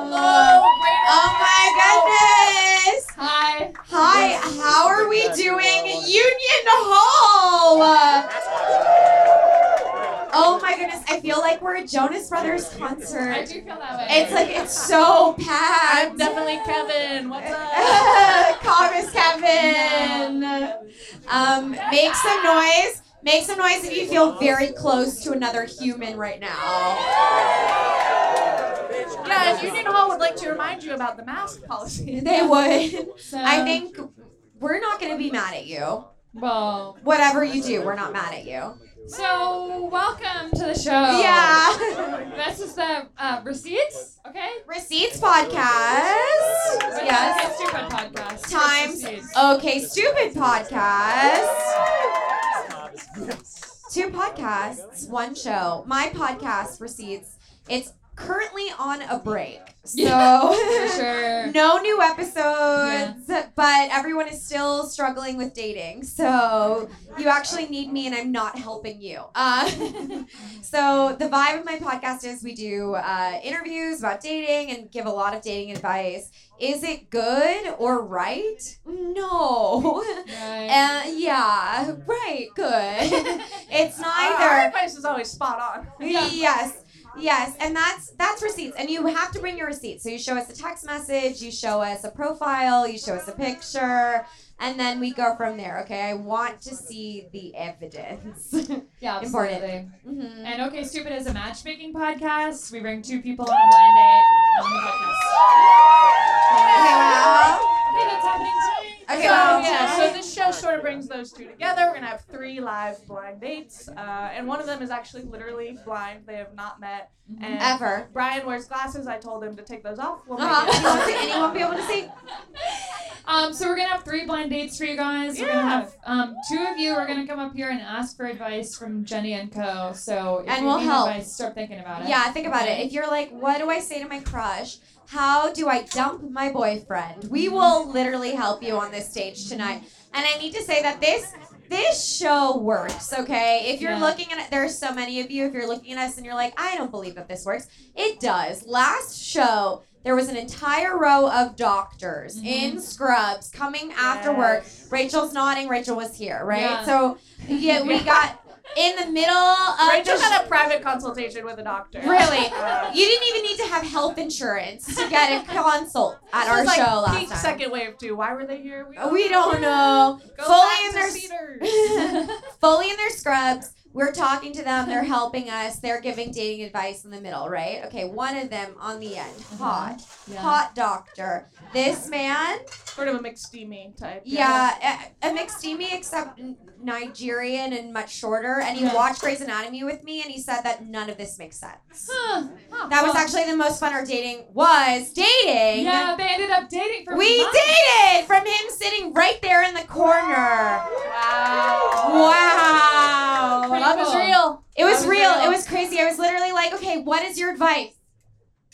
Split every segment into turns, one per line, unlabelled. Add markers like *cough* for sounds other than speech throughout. Oh my goodness!
Hi.
Hi, how are we doing? Union Hall! Oh my goodness, I feel like we're at Jonas Brothers
I
concert.
do feel that way.
It's like it's so packed.
I'm definitely Kevin. What's up?
*laughs* Congress Kevin. Um, make some noise. Make some noise if you feel very close to another human right now.
Guys, Union Hall would like to remind you about the mask policy.
*laughs* They would.
So,
I think we're not going to be mad at you.
Well.
Whatever you do, we're not mad at you.
So welcome to the show.
Yeah.
This is the uh, receipts. Okay.
Receipts podcast. Yes.
It's Stupid podcast.
Times
Receipts.
Okay, stupid podcast. Two podcasts, one show. My podcast receipts. It's currently on a break. So
For
*laughs*
sure.
no new episodes, but everyone is still struggling with dating. So you actually need me, and I'm not helping you. Uh, *laughs* so the vibe of my podcast is we do uh, interviews about dating and give a lot of dating advice. Is it good or right? No. *laughs*
Right.
Uh, yeah, right,
*laughs*
good. it's
Our-
neither.
Our advice is always spot on. *laughs*
Yes. Yes, and that's that's receipts, and you have to bring your receipts. So you show us a text message, you show us a profile, you show us a picture, and then we go from there. Okay, I want to see the evidence.
Yeah.
*laughs* Important.
Absolutely.
Mhm.
And Okay Stupid is a matchmaking podcast. We bring two people on a blind date on the podcast.
Yeah.
Okay, that's happening today.
Okay,
so,
wow.
yeah, so this show sort of brings those two together. We're going to have three live blind dates. Uh, and one of them is actually literally blind. They have not met. And
Mm-hmm. Ever.
Brian wears glasses. I told him to take those off. We'll make it.
Uh-huh. *laughs* and you won't be able to see.
Um, so we're gonna have three blind dates for you guys. We're
Yeah.
gonna have um, two of you are gonna come up here and ask for advice from Jenny and Co. So if
And
you
we'll
need
help.
advice, start thinking about it.
Yeah, think about it. If you're like, what do I say to my crush? How do I dump my boyfriend?
Mm-hmm.
We will literally help you on this stage tonight. And I need to say that this this show works, okay? If you're
Yeah.
looking at it, there's so many of you. If you're looking at us and you're like, I don't believe that this works, it does. Last show, there was an entire row of doctors
Mm-hmm.
in scrubs coming after work. Rachel's nodding. Rachel was here, right?
Yeah.
So yeah,
*laughs*
we got in the middle of
Rachel
the
had a private consultation with a doctor.
Really?
Uh,
You didn't even need to have health insurance to get a consult at
this
our
is like
show last
peak
time.
second wave too. Why were they here?
We don't know.
Go
fully
back
in
to
their
Cedars.
*laughs* fully in their scrubs. We're talking to them. They're helping us. They're giving dating advice in the middle, right? Okay, one of them on the end, hot,
Mm-hmm. Yeah.
hot doctor. This man,
sort of a McSteamy type.
yeah, a, a McSteamy except n- Nigerian and much shorter. And he
Yeah.
watched Grey's Anatomy with me, and he said that none of this makes sense.
Huh.
Oh,
That was
Well,
actually the most fun our dating was dating.
Yeah, they ended up dating for
We
months.
dated from him sitting right there in the corner.
Wow.
Wow.
Pretty
Love is
cool.
real.
It was
That was
real.
real.
It was crazy. I was literally like, okay, what is your
*laughs*
advice?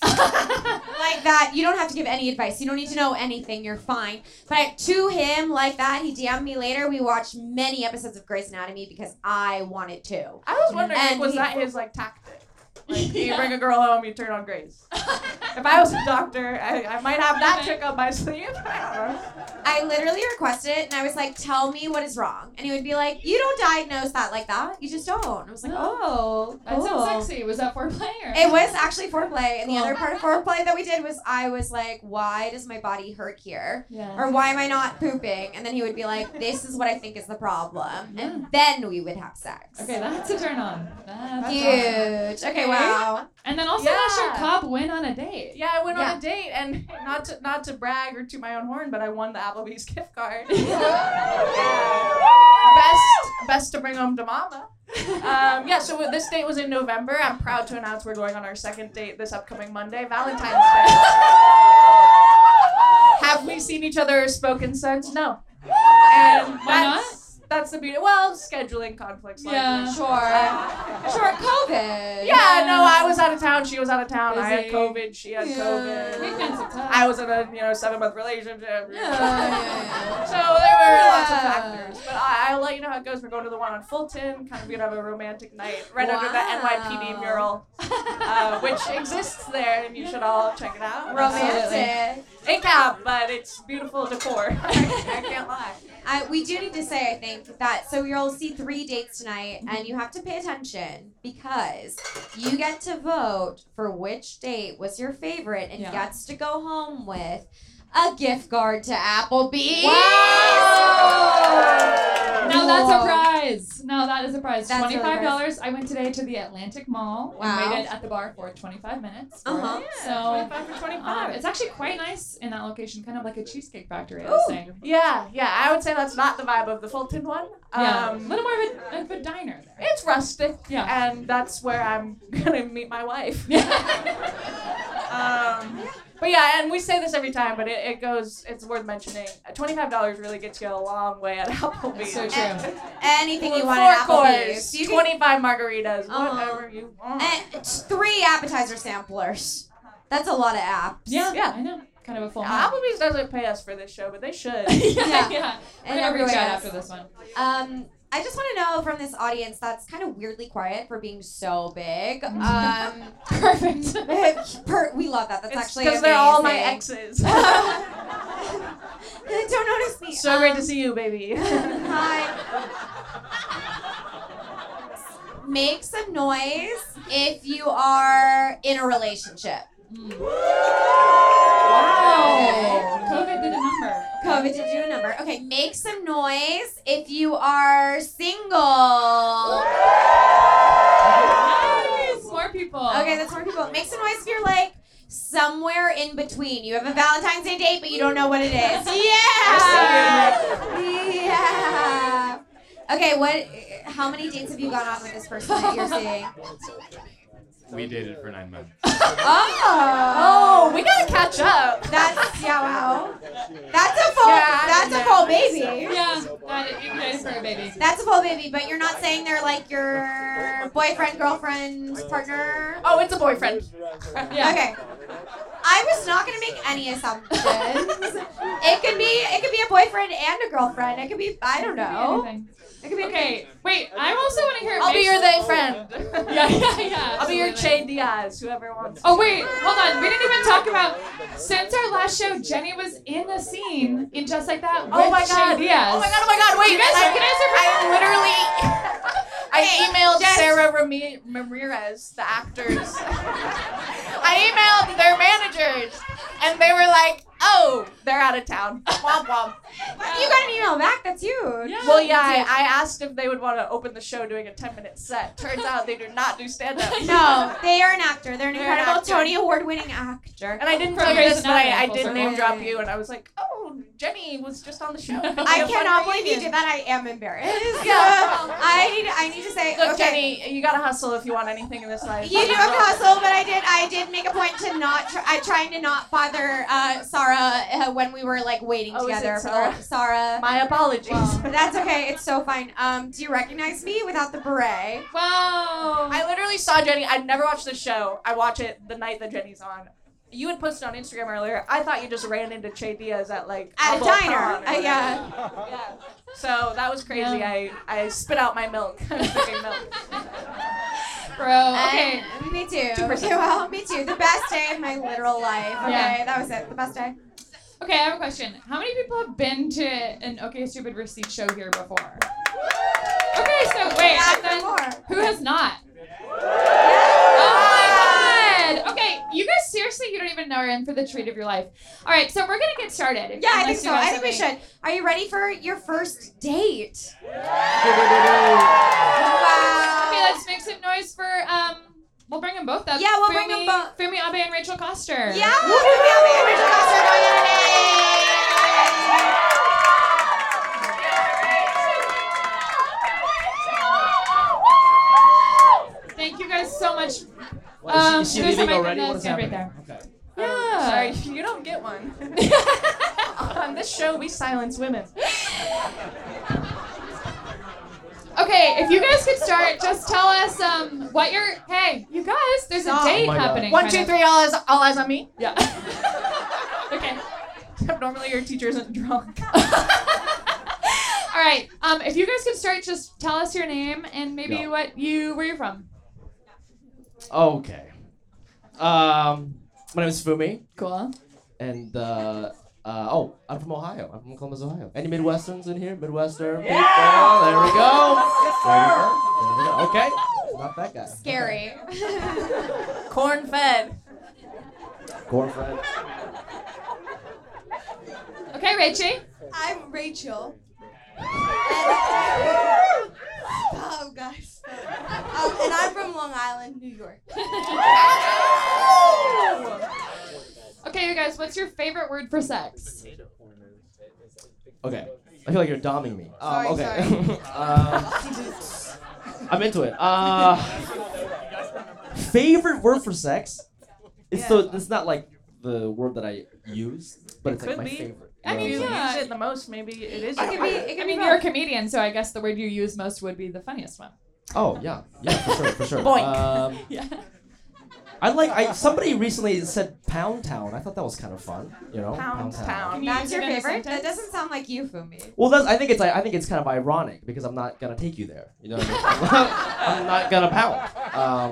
like that. You don't have to give any advice. You don't need to know anything. You're fine. But I, to him, like that, he DM'd me later. We watched many episodes of Grey's Anatomy because I wanted to.
I was wondering, like,
And
was
he-
that his like tactic? Like,
*laughs*
you bring a girl home, you turn on Grace. if I was a doctor, I, I might have
*laughs*
that trick up my sleeve. I don't know.
I literally requested it and I was like, tell me what is wrong. And he would be like, you don't diagnose that like that. You just don't. I was like, oh.
That
cool."
sounds sexy. Was that foreplay or?
It was actually foreplay, and the
Cool.
other part of foreplay that we did was I was like, "Why does my body hurt here?"
yeah.
Or why am I not pooping? And then he would be like, "This is what I think is the problem," and then we would have sex.
okay, that's a turn on. That's
huge. Okay, Wow.
And then also watch your
Yeah.
Cobb win on a date.
Yeah, I went
Yeah.
on a date, and *laughs* not to not to brag or to my own horn, but I won the Applebee's *laughs* gift
*laughs*
card. best best to bring home to mama. Um, yeah, so this date was in November. I'm proud to announce we're going on our second date this upcoming Monday, Valentine's Day. Have we seen each other or spoken since? No. And
Why
that's, that's the beauty. Well, scheduling conflicts. Uh, likely.
Yeah.
Sure. Sure. COVID.
Yeah, no, I was out of town. She was out of town. I had
Busy.
COVID. She had
Yeah.
COVID.
Weekends are tough.
I was in a you know seven month relationship.
Yeah.
So there were lots of
Yeah.
factors, but I, I'll let you know how it goes. We're going to the one on Fulton. Kind of gonna have a romantic night right under the
Wow.
NYPD mural, uh, which exists there, and you should all check it out.
Romantic.
It cap, but it's beautiful
*laughs*
decor. I can't lie.
I, we do need to say, I think, that so you'll see three dates tonight, and you have to pay attention because you get to vote for which date was your favorite and
Yeah.
gets to go home with a gift card to Applebee's.
Wow.
Now that's a
Whoa.
prize. Now that is a prize.
That's really
Twenty five dollars. I went today to the Atlantic Mall
Wow.
and waited at the bar for twenty five minutes. for
Uh-huh.
it.
Yeah,
So
25 for
um,
25.
it's actually quite nice in that location, kind of like a cheesecake factory. I was
Ooh.
saying.
yeah, yeah. I would say that's not the vibe of the Fulton one.
Yeah, a
Um,
little more of a, of a diner there.
It's rustic.
Yeah.
And that's where I'm *laughs* gonna meet my wife. *laughs* Um, but yeah, and we say this every time, but it, it goes. It's worth mentioning. Twenty five dollars really gets you a long way at *laughs* Applebee's.
so true.
Anything
Well,
you want at
four
Applebee's.
course,
You can-
twenty five margaritas,
Uh-huh.
whatever you want.
and it's three appetizer samplers. That's a lot of apps.
Yeah,
Yeah.
I know. Kind of a full.
Now,
meal.
Applebee's doesn't pay us for this show, but they should.
*laughs* yeah,
Uh-huh. Yeah.
yeah. We're
And
gonna reach
everywhere
out
else.
after this one.
Um, I just want to know from this audience that's kind of weirdly quiet for being so
*laughs*
big. Um,
Perfect.
*laughs* per- we love that. That's actually
because they're all my
amazing.
*laughs*
*laughs*
exes.
Don't notice me.
so great to
Um,
see you,
*laughs*
baby.
Hi. Make some noise if you are in a relationship.
wow. COVID did a number.
COVID did you a number. Okay, make some noise if you are single.
Nice. More people.
Okay, that's more people. Make some noise if you're like somewhere in between. You have a Valentine's Day date, but you don't know what it
*laughs*
is. Yeah. Yeah. Okay, what? How many dates have you gone on with this person that you're seeing?
We dated for nine months.
Oh.
oh, we gotta catch up.
That's yeah. Wow. That's a full.
Yeah,
that's a
yeah.
full baby.
Yeah, that is, you guys for a baby.
That's a full baby, but you're not saying they're like your boyfriend, girlfriend, partner.
Oh, it's a boyfriend.
Yeah.
Okay. I was not gonna make any assumptions. it could be it could be a boyfriend and a girlfriend. It could be I don't know.
Anything.
It could be
Okay, wait. I also want to hear.
I'll be
mixed-
your they friend.
*laughs* Yeah, yeah, yeah.
I'll be your
absolutely.
Che Diaz, whoever wants.
Oh wait, hold on. We didn't even talk about since our last show. Jenny was in the scene in just like that.
Oh
with
my
Che
God.
Diaz.
Oh my god, oh my god, wait.
You guys
I,
are- you guys are-
I
*laughs*
literally I
Hey,
emailed
Jess.
Sarah Rami- Ramirez, the actors. I emailed their managers and they were like, "Oh, they're out of town." Womp womp.
You got an email back. That's huge.
Yeah.
Well, yeah, I, I asked if they would want to open the show doing a 10-minute set. Turns out they do not do stand-up.
No, they are an actor. They're an
They're an
incredible
actor.
Tony Award winning actor.
And I didn't
From
tell you
Grey's
this, but I, I
Anatomy, full
did name drop
circle.
you, and I was like, "Oh, Jenny was just on the show."
I
I
cannot believe you did that. I am embarrassed.
*laughs* Yeah.
*laughs* I need I need to say
Look,
okay.
Jenny, you gotta hustle if you want anything in this life.
You do have to hustle, but I did. I did make a point to not. Try, I trying to not bother uh, Sarah uh, when we were like waiting
Oh, is it
together. for the-
Sarah?
Sarah.
My apologies.
But that's okay. It's so fine. Um, do you recognize me without the beret?
Wow.
I literally saw Jenny. I'd never watched the show. I watch it the night that Jenny's on. You had posted on Instagram earlier. I thought you just ran into Che Diaz at like
At a
Balcon
diner.
*laughs*
or
Uh, yeah.
whatever. yeah. So that was crazy.
Yeah.
I, I spit out my milk. *laughs* I was drinking milk.
Bro. Okay.
And me too.
2%.
Okay, *laughs* well, me too. The best day of my literal life. Okay,
Yeah.
that was it. The best day.
Okay, I have a question. How many people have been to an Okay Stupid Receipt show here before? Okay, so wait,
Yeah,
and then
for more.
who has not? Oh my god! Okay, you guys seriously, you don't even know are in for the treat of your life. All right, so we're gonna get started.
Yeah, I think
Unless you
so.
have
I think we
something-
should. Are you ready for your first date? Wow.
Okay, let's make some noise for um. We'll bring them both up.
Yeah, we'll
Fumi,
bring 'em both.
Fumi Abe and Rachel Coster.
Yeah, we'll bring the Albany Energy Concert going on today.
Thank you guys so much.
What, is, she- is she
Um, there's a
leaving
mic
already?
right
What is
there,
happening?
right
Okay.
Yeah.
Sorry, you don't get one.
*laughs*
On this show, we silence women.
Okay, if you guys
*laughs*
could start, just tell us um, what you're. Hey, you guys, there's a
Stop.
date
Oh my God.
happening.
One,
kind
two,
of.
three, all eyes, all eyes on me.
Yeah. okay.
Except normally your teacher isn't drunk.
*laughs* All right. Um, if you guys could start, just tell us your name and maybe
Yeah.
what you where you're from.
Okay. Um, my name is Fumi,
Cool.
and uh, uh, oh, I'm from Ohio. I'm from Columbus, Ohio. Any Midwesterns in here? Midwestern people. There we go. There we go. There we go. Okay. Not that guy.
Scary.
*laughs* Corn fed.
Corn friend.
Okay, Rachie.
I'm Rachel. And- oh, gosh. Um, and I'm from Long Island, New York.
Okay, you guys, what's your favorite word for sex?
Okay. I feel like you're doming me.
Sorry,
Um, okay. *laughs* um, I'm into it. Uh, favorite word for sex? It's so it's not like the word that I use, but it's like
could
my
be.
favorite.
I
You know
mean,
what I'm
You
saying?
yeah.
use it the most, maybe it is.
It could be,
your-
it
I
could
mean,
be
you're a comedian, so I guess the word you use most would be the funniest one.
Oh yeah, yeah, for sure, for sure.
Boink.
Um,
Yeah.
I like. I somebody recently said Pound Town. I thought that was kind of fun. You know,
Pound Town.
you
That's
use it
your
in a
favorite? That
sentence?
doesn't sound like you, Fumi.
Well, that's. I think it's. I, I think it's kind of ironic because I'm not gonna take you there. You know, what I mean? *laughs* I'm not gonna pound.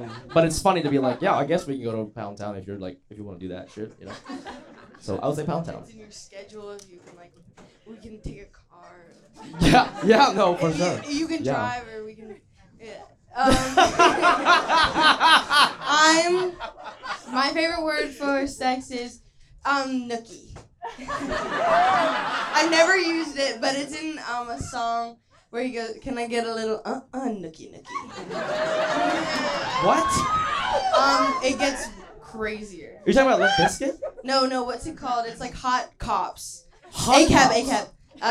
Um, but it's funny to be like, yeah, I guess we can go to Pound Town if you're like, if you want to do that shit. You know. So I would say Pound Town.
It's in your schedule if you can like we can take a car.
Yeah, yeah, no, for
If
sure.
you, you can
Yeah.
drive or we can yeah. Um, *laughs* I'm my favorite word for sex is um nookie. *laughs* I never used it, but it's in um a song where you go can I get a little uh uh nookie nookie.
what?
Um it gets crazier.
You're talking about Limp Biscuit?
No, no, what's it called? It's like hot cops.
Hot
A cap,
Town.
A cap. Uh,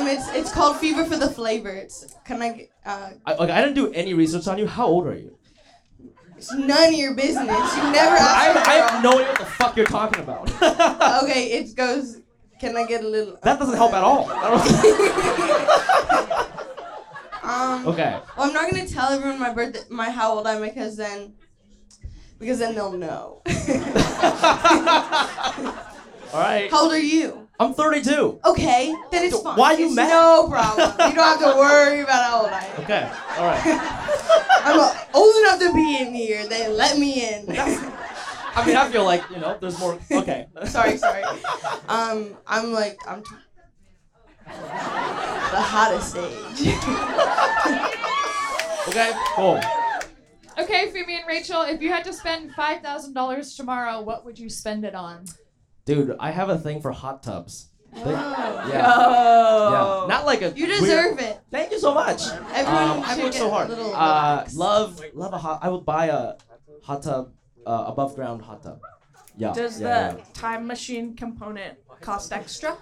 *laughs* um, it's it's called Fever for the Flavor. It's can I? get- Uh,
I, like, I didn't do any research on you. How old are you?
it's none of your business. You
*laughs*
never
I,
asked.
I have no idea what the fuck you're talking about. that
Okay, it goes. Can I get a little?
doesn't help at all. *laughs* I don't-
Um,
okay.
Well, I'm not gonna tell everyone my birthday, my how old I'm because then, because then they'll know.
all right.
how old are you?
I'm 32.
Okay, then it's fine.
Why you
It's
mad?
No problem. You don't have to worry about how old I am.
Okay. All right.
I'm uh, old enough to be in here. They let me in.
I mean, I feel like you know, there's more. Okay.
sorry, sorry. Um, I'm like, I'm t- the hottest age.
*laughs* Okay. Cool.
Okay, Phoebe and Rachel, if you had to spend five thousand dollars tomorrow, what would you spend it on?
Dude, I have a thing for hot tubs. They- yeah.
Oh.
Yeah. Not like a.
You
weird-
deserve it.
Thank you so much.
Everyone
Um, I
should
worked
get
so hard.
A little
Uh,
relaxed.
love, love a hot. I would buy a hot tub, uh, above ground hot tub. Yeah.
Does
yeah, yeah.
the time machine component cost extra?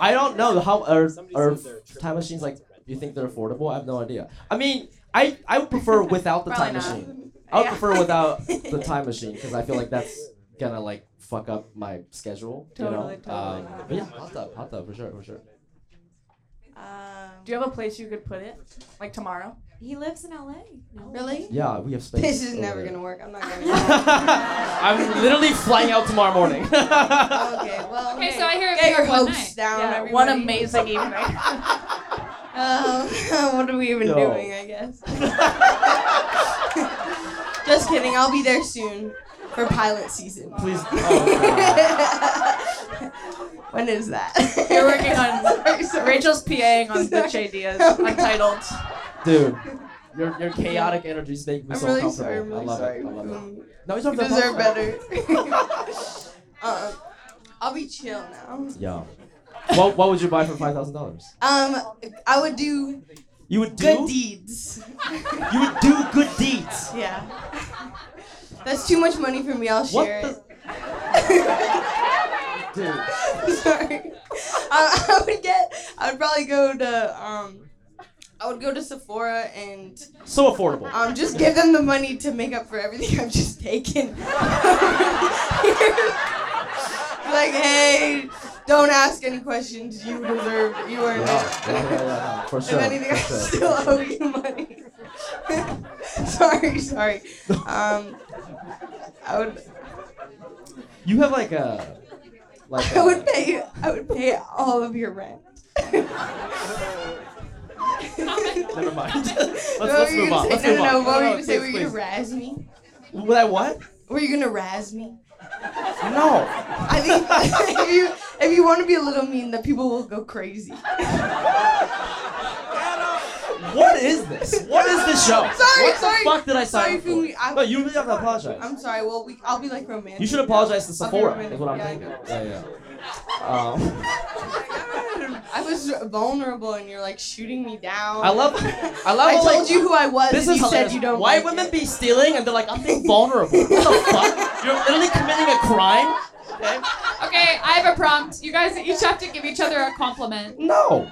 I don't know how are, are time machines like you think they're affordable? I have no idea. I mean, I I would
*laughs*
prefer without the
Probably
time
not.
machine. I would
Yeah.
prefer without the time machine because I feel like that's gonna like fuck up my schedule.
Totally,
you know?
totally.
Um, but yeah, hot tub, hot tub for sure, for
*laughs*
sure.
Um,
Do you have a place you could put it? Like tomorrow?
He lives in LA.
really?
Yeah, we have space.
This is
over
never
there.
gonna work. I'm
*laughs*
not gonna.
I'm literally flying out tomorrow morning. *laughs*
okay, well.
Okay, so I hear it
Get your
being one
hopes
night.
down. everybody.
one amazing
*laughs*
evening.
*laughs*
Um, *laughs* what are we even
No.
doing? I guess. *laughs* Just kidding. I'll be there soon for pilot season. *laughs*
Please. oh,
when is that?
You're working on
*laughs* Sorry, sorry.
Rachel's PAing
*laughs*
on Bitch
Sorry.
Ideas,
Oh my
Untitled.
God. Dude, your, your chaotic energies make me
I'm
so
really
comfortable.
sorry. I'm really
I love
sorry.
it. I love it.
Mm,
No, you don't have
You
to
deserve
apologize.
better. *laughs* uh, I'll be chill now.
Yeah. What, what would you buy for five thousand dollars?
Um, I would do
You would do
Good deeds.
*laughs* You would do good deeds.
Yeah. That's too much money for me. I'll
What *laughs*
share
the- Dude.
it. Sorry. I, I would get. I would probably go to. Um, I would go to Sephora and
So affordable.
um, just give them the money to make up for everything I've just *laughs* taken. like, hey, don't ask any questions. You deserve. You earned
Yeah,
it.
yeah, yeah, yeah, for
If
sure.
anything, I
for sure.
still owe you money. *laughs* sorry, sorry. Um, I would,
You have like a like
I would
a,
pay, I would pay all of your rent. *laughs*
never
*laughs*
mind. let's
What
let's
were you
move
gonna
on.
say?
Let's
no,
move on.
no, no. What were you gonna say? Were
please,
you gonna
please.
razz me?
Would I what?
Were you gonna razz me?
No.
I think *laughs* if you if you want to be a little mean, the people will go crazy.
What is this? What is this show?
*laughs* Sorry,
what
sorry.
the fuck did I
Sorry
sign
for me.
up
I-
for? No, you really have to apologize.
I'm sorry. Well, we I'll be like romantic.
you should apologize to
I'll be
Sephora.
romantic.
Is what I'm
Yeah, I
thinking.
know.
Yeah, yeah.
*laughs*
Um,
I was vulnerable, and you're like shooting me down.
I love. I love.
I
how,
told
like,
you who I was,
This
and
is
you
hilarious.
said you don't.
Why
like
women
it.
be stealing and they're like, I'm being vulnerable. What the fuck? You're literally committing a
*laughs*
crime. Okay.
Okay, I have a prompt. You guys each have to give each other a compliment.
No.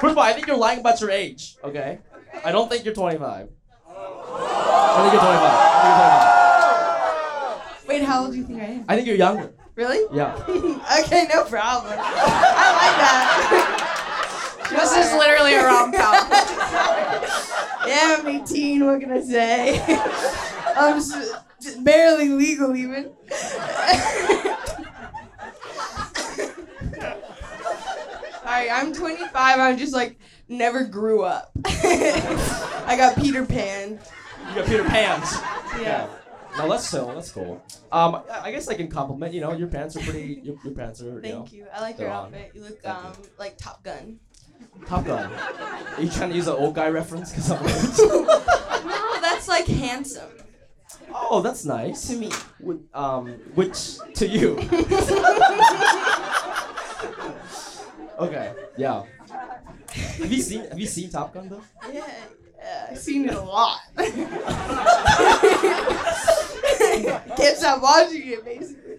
First of all, I think you're lying about your age. Okay. I don't think you're 25. I think you're 25. I think you're 25.
Wait, how old do you think I am?
I think you're younger.
Really?
Yeah.
*laughs* okay, no problem. I like that.
*laughs* This is literally a rom com.
*laughs* yeah, I'm 18. What can I say? *laughs* I'm s- j- barely legal even. *laughs* Sorry, I'm 25. I'm just like never grew up. *laughs* I got Peter Pan.
You got Peter Pan's.
Yeah.
No, that's so. That's cool. Um, I- I guess I can compliment. You know, your pants are pretty. Your, your pants are. you. know,
Thank you. I like
They're
your
on.
outfit. You look
Thank
um like Top Gun.
Top Gun. Are you trying to use an old guy reference? Cause I'm old.
*laughs* No, that's like handsome
oh, that's nice. *laughs*
to me.
Would- um, which to
*laughs*
you? okay. Yeah. Have you seen Have you seen Top Gun though?
Yeah, yeah, I've seen it a *laughs* lot. Can't stop watching it, basically. *laughs*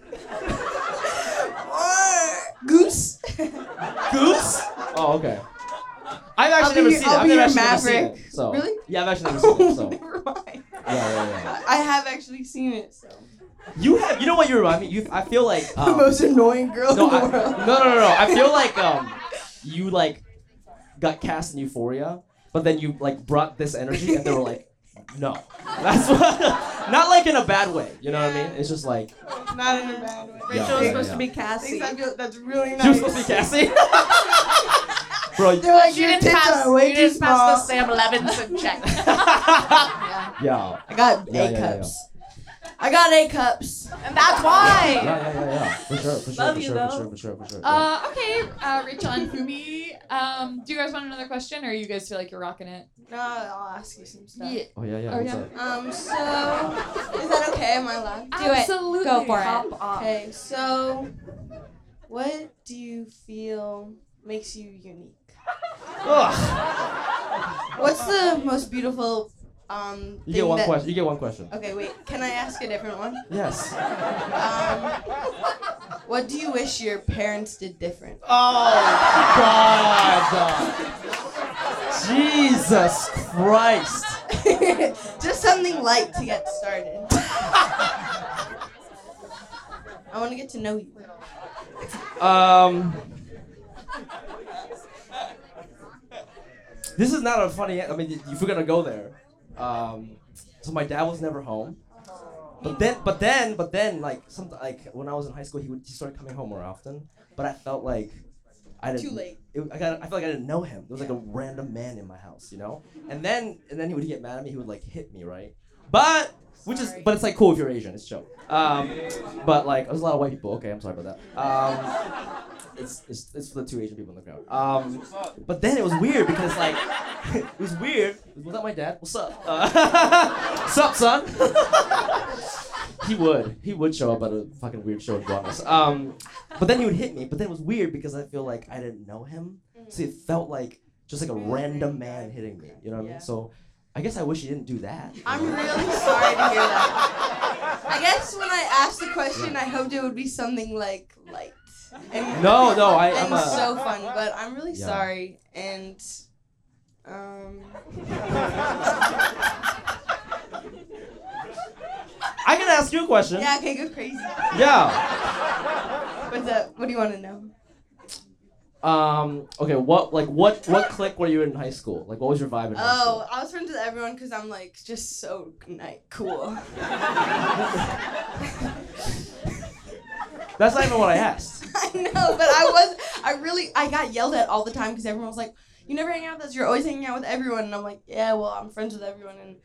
Or Goose.
Goose. Oh, okay. I've
I'll be
actually never
your-
seen it.
I'll
I've
be
never
your
actually never seen
maverick.
it. So
Really?
yeah, I've actually never seen it. So yeah,
*laughs* Never mind.
yeah, yeah.
I have actually seen it. So.
You have, you know what you remind me? You, I feel like
the
um,
most annoying girl
no,
in the
I, no,
world.
*laughs* no, no, no. I feel like um, you like got cast in Euphoria, but then you like brought this energy, and they were like, no, that's what. *laughs* Not like in a bad way, you know what I mean? It's just like
Not in a bad way.
Yeah,
Rachel was
yeah,
supposed
yeah.
to be Cassie.
Thanks, I feel- that's really nice.
she was supposed to be Cassie. *laughs* Bro,
They're like,
You
your
didn't
tits
pass.
are way
you
too
didn't
small.
pass the Sam Levinson check.
yeah,
I
Yeah,
got A
yeah, yeah,
cups. *laughs* I got A cups.
and that's why.
yeah, *laughs* yeah, yeah, yeah, for sure, for sure,
Love
for,
you,
sure for
though.
sure, for sure, for sure. yeah.
Uh, okay, uh, Rachel and Fumi, um, do you guys want another question, or you guys feel like you're rocking it?
No, I'll ask you some stuff.
Oh yeah, yeah.
oh,
what's
yeah.
up?
Um, so is that okay? Am I allowed?
Do it.
Absolutely.
Go for it.
Okay, so what do you feel makes you unique?
Ugh.
What's the most beautiful um?
You
thing
get one
that-
question. You get one question.
Okay, wait. Can I ask a different one?
Yes.
Um, what do you wish your parents did different?
Oh God! Oh
*laughs*
Jesus Christ!
Just something light to get started. I want to get to know you.
Um, this is not a funny. I mean, if we're gonna go there, um, so my dad was never home. But then, but then, but then, like some like when I was in high school, he would he started coming home more often. But I felt like I didn't.
Too late.
it, I got I felt like I didn't know him. There was like a random man in my house, you know. And then and then he would get mad at me. He would like hit me, right? But which is but it's like cool if you're Asian. It's chill. Um, but like there's a lot of white people. Okay, I'm sorry about that. Um,
*laughs*
it's it's it's for the two Asian people in the crowd. Um, but then it was weird because like *laughs* it was weird. Was that my dad? What's up? Uh, *laughs* *laughs* Sup, son? he would he would show up at a fucking weird show in Guamas. Um, but then he would hit me. But then it was weird because I feel like I didn't know him.
Mm-hmm.
So it felt like just like a random man hitting me. You know what I
Yeah.
mean? So I guess I wish you didn't do that. you
I'm
know?
really sorry to hear that. I guess when I asked the question, I hoped it would be something like light. And,
No, no, I-
and
I'm a-
so fun, but I'm really
Yeah.
sorry. And um,
I can ask you a question.
yeah, okay, go crazy.
yeah.
What's up? What do you want to know?
Um. Okay. What like what what clique were you in high school? Like what was your vibe in high school?
Oh, I was friends with everyone because I'm like just so night cool.
That's not even what I asked.
*laughs* I know, but I was, I really, I got yelled at all the time because everyone was like, "You never hang out with us. You're always hanging out with everyone." And I'm like, "Yeah, well, I'm friends with everyone, and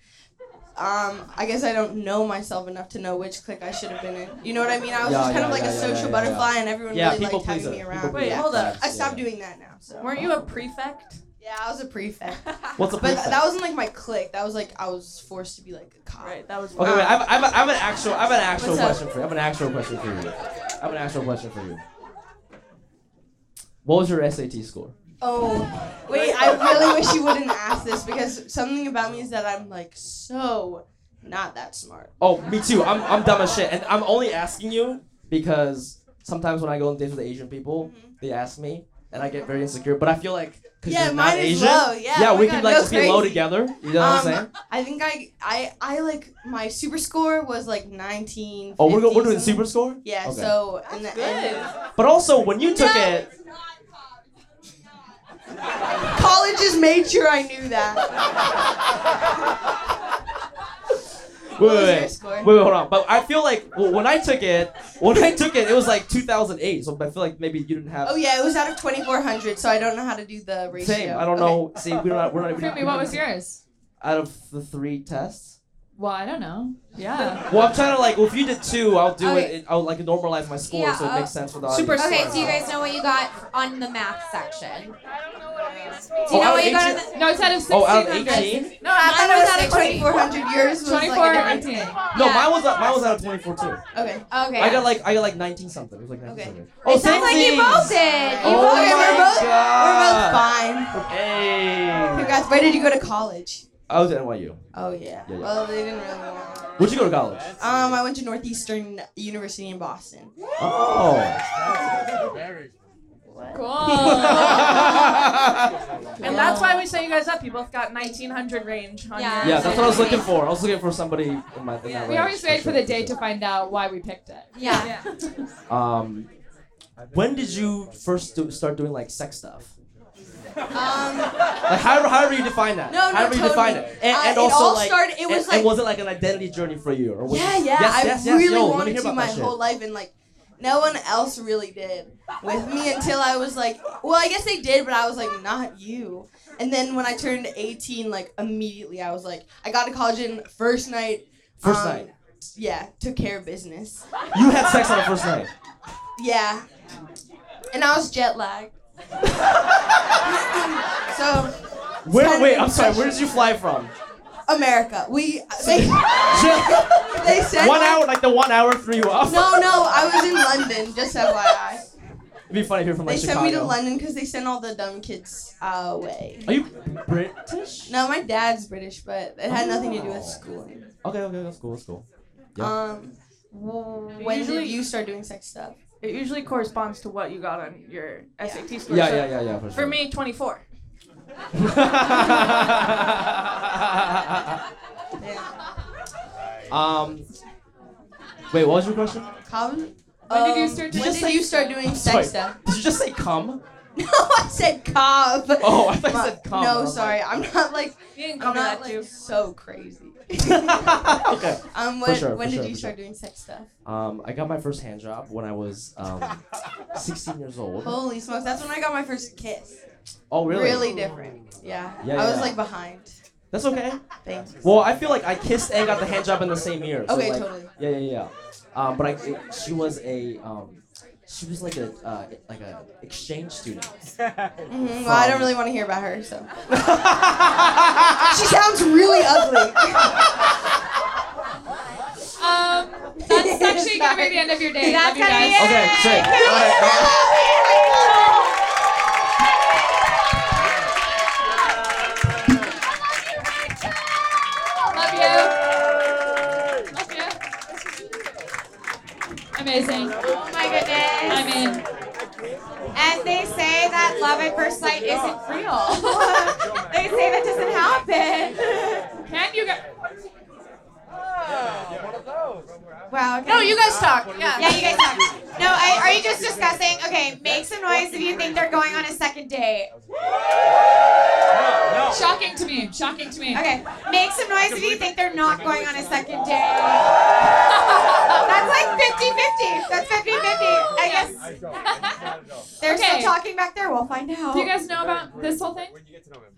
um, I guess I don't know myself enough to know which clique I should have been in. You know what I mean? I was
Yeah,
just kind
yeah,
of like
yeah,
a
yeah,
social
yeah, yeah,
butterfly, and everyone
Yeah,
really
people
liked having
pleaser.
me around.
People
Wait,
yeah.
hold up.
I stopped
Yeah.
doing that now. So
Weren't you a prefect?
yeah, I was a prefect,
What's the
but
prefect?
that wasn't like my clique. That was like I was forced to be like a cop.
Right, that was
Okay, wait. I have, I have, I have an actual. I have an actual
What's up?
question for you. I have an actual question for you. I have an actual question for you. What was your SAT score?
Oh, wait,
*laughs*
I really wish you wouldn't ask this because something about me is that I'm like so not that smart.
Oh, me too. I'm, I'm dumb as shit, and I'm only asking you because sometimes when I go on dates with Asian people, they ask me, and I get very insecure. But I feel like because
Mm-hmm. Yeah,
you're not
mine is
Asian,
low. Yeah, oh
we
my
can
God,
like
go
just be low
crazy.
together. You know what I'm
Um,
saying?
I think I, I, I like my super score was like 19.
Oh, we're, go- we're doing
something.
super score.
Yeah,
Okay.
so in the end,
But also, when you took it,
college just made sure I knew that.
wait, wait,
was your
wait.
score?
wait, wait, hold on. But I feel like well, when I took it, when I took it, it was like 2008. So I feel like maybe you didn't have.
Oh yeah, it was out of 2,400, so I don't know how to do the ratio.
Same. I don't
Okay.
know. See, we're not. We're not even.
Creepy, what was yours?
Out of the three tests.
Well, I don't know. Yeah.
Well, I'm trying to like. Well, if you did two, I'll do
Okay.
it. it. I'll like normalize my score
Yeah,
so it
uh,
makes sense for the
super
audience.
Okay, so you guys know what you got on the math section. Do
Oh,
you know
out
what
of
you got on
18?
the
No, it's out of 1600.
Oh, out of 18.
No, I
Mine
thought
was out
it
of
was 16.
2,400. Yours was
24
like
or
a
18.
No,
Yeah.
mine was uh, mine was out of 24 too.
Okay.
Okay.
I got like I got like 19 something. It was like 19
Okay.
something.
it sounds like you both
Cindy's.
did. You
Oh
both
okay,
did.
we're
my
both
God.
we're both fine.
Hey.
Congrats. Where did you go to college?
I was at NYU.
Oh yeah.
Yeah, yeah.
Well, they didn't really want. to.
Where'd you go to college?
Um, I went to Northeastern University in Boston.
Oh.
Very
*laughs*
*laughs*
Cool.
And that's why we set you guys up. You both got 1900 range on
Yeah.
yours.
yeah, that's what I was looking for. I was looking for somebody in my. In that
we
range,
always wait for
sure,
the day to
sure.
find out why we picked it.
Yeah.
Um, when did you first do, start doing like sex stuff?
Um,
Like however, however you define that.
No, no,
however you define
totally.
it. And,
Uh,
and
it
also
all
like,
started- it was
and,
like-
and was it like an identity journey for you or was
yeah,
it,
yeah.
Yes,
I
yes, yes,
really
yo, let me
wanted
hear
to
about
my
that shit.
whole life, and like, no one else really did with me until I was like, well, I guess they did, but I was like, not you. And then when I turned 18, like immediately, I was like, I got to college and first night.
First
um,
night.
Yeah, took care of business.
You had sex on the first
*laughs*
night.
Yeah. And I was jet lagged. *laughs* so kind
Where?
of
Wait, I'm sorry.
impression-
Where did you fly from?
America, we
*laughs*
they,
Just
*laughs* they said
one
like-
hour, like the one hour threw you off.
No, no, I was in London. Just FYI,
*laughs* It'd be funny if you're from
they
like
sent
Chicago.
me to London because they sent all the dumb kids away.
Are you British?
No, my dad's British, but it had nothing to do with schooling.
Okay, okay, that's cool. That's cool. Yeah.
Um, w- when
Usually-
did you start doing sex stuff?
It usually corresponds to what you got on your SAT score.
Yeah,
So
yeah, yeah, yeah. For,
For me,
*laughs*
24.
me.
Yeah.
um. Wait, what was your question?
Come.
When did you
Um,
start
When
doing
did
sex
you start doing sex
Sorry,
stuff? *laughs*
Did you just say cum?
No, I said cob.
*laughs* Oh, I thought you
My-
said cum. I
No,
was
sorry, I'm not like
You didn't come
I'm not
that
like
too.
*laughs*
so crazy. *laughs*
okay.
Um,
For
when,
sure,
when
for
did
sure,
you
for
start doing sex stuff?
Um, I got my first hand job when I was
*laughs*
um, 16 years old.
Holy smokes, that's when I got my first kiss.
Oh, really?
different. Yeah.
Yeah,
I was
yeah.
like behind.
That's okay.
Thanks.
Well, I feel like I kissed and got the hand job in the same year. so,
Okay,
like,
totally.
Yeah, yeah, yeah. Um, but I, it- she was a, um, she was like a, uh, like a exchange student.
hmm Well, I don't
From-
really want to hear about her, so.
I
She sounds really ugly.
Um, that's actually gonna be the end of your day.
That's
Love
*laughs*
you
gonna be
guys.
it.
Okay, sick. All right, all right.
Yay!
Amazing.
Oh my goodness.
I'm in.
And they say that love at first sight isn't real. *laughs* they say that doesn't happen.
Can you guys?
Wow. Okay.
No, you guys talk. Yeah.
Yeah, you guys talk. No, I, are you just discussing? Okay, make some noise if you think they're going on a second date.
Shocking to me. Shocking to me.
Okay, make some noise if you think they're not going on a second
*laughs*
date. That's like 50 50. That's 50 50. I guess they're
Okay.
still talking back there. We'll find out.
Do you guys know about this whole thing?
When you get to know him.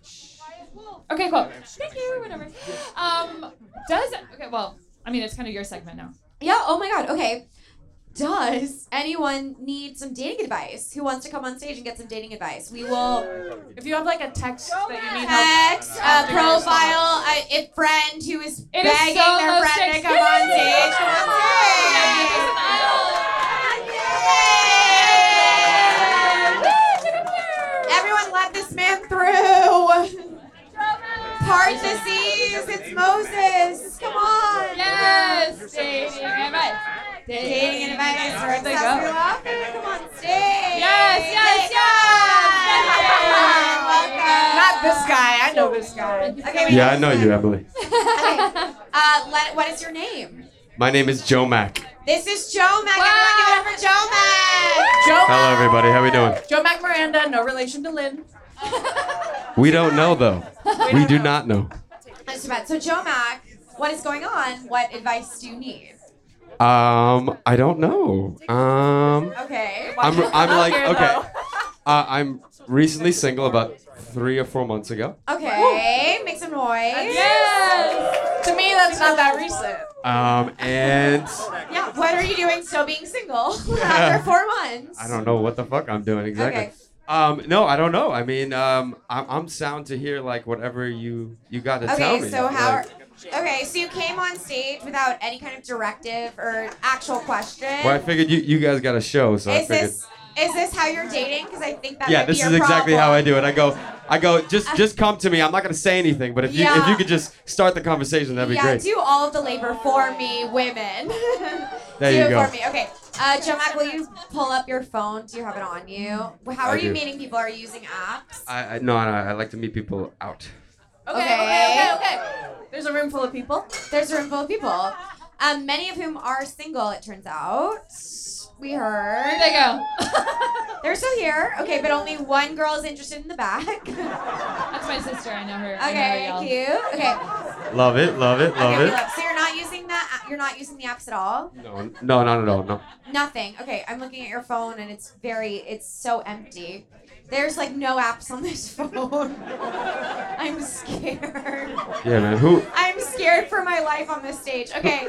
Okay, cool. Thank you. Whatever. Um, does okay. Well, I mean, it's kind of your segment now.
Yeah, oh my god, okay. Does anyone need some dating advice? Who wants to come on stage and get some dating advice? We will
If you have like a text that you need help.
uh,
text a profile, a, a friend who is
It is
begging
so
their
low
friend
stakes.
to
*laughs*
come on
Yay!
stage. Come on stage. Everyone let this man through. Part the seas, it's Moses. Come on.
Yes. Dating advice.
Dating and advice for
There
the
you
go.
go.
Come on stage.
Yes, yes, yes.
Welcome.
Not this guy. I know this guy.
Okay, wait,
Yeah, I know you, Emily.
*laughs* Okay. Uh, let, what is your name?
My name is Joe Mack.
This is Joe Mac. Everyone give it up for Joe Mac.
Joe.
Hello, everybody. How we doing?
Joe Mac Miranda, no relation to Lynn.
We don't
*laughs*
know though. We do not know.
That's too bad. So Joe Mac, what is going on? What advice do you need?
Um, I don't know. Um,
Okay.
I'm
*laughs*
I'm like
here,
okay.
though.
Uh, I'm recently single about three or four months ago.
Okay. Make some noise.
Yes. To me, that's not that recent.
Um, and
Yeah. What are you doing still being
*laughs*
single *laughs* after four months?
I don't know what the fuck I'm doing exactly.
Okay.
Um, no, I don't know. I mean, um, I'm, I'm sound to hear like whatever you you got to tell
Okay,
me.
so how?
Like,
okay, so you came on stage without any kind of directive or actual question.
well, I figured you you guys got a show, so I
Is
figured.
this is this how you're dating? Because I think that
yeah,
might be
this
your
is exactly
problem.
how I do it. I go, I go,
*laughs*
just just come to me. I'm not gonna say anything, but if you if
Yeah.
you could just start the conversation, that'd be
yeah,
great.
do all of the labor for me, women. *laughs*
There
do
you
it
go.
for me. Okay. Uh, Jomac, will you pull up your phone? Do you have it on you? How are
I
you
do.
meeting people? Are you using apps?
I, I no, no, I like to meet people out.
Okay, okay, okay, okay. There's a room full of people.
There's a room full of people, um, many of whom are single, it turns out. We heard.
There you go.
*laughs* They're still here. Okay, but only one girl is interested in the back. *laughs*
That's my sister. I know her. I know her,
okay,
y'all.
cute. Okay.
Love it, love it, love
okay, we
it.
love- So you're not using that you're not using the apps at all?
No, no, not at all. No.
Nothing. Okay, I'm looking at your phone and it's very, it's so empty. There's like no apps on this *laughs* phone. I'm scared.
Yeah, man. Who?
I'm scared for my life on this stage. Okay,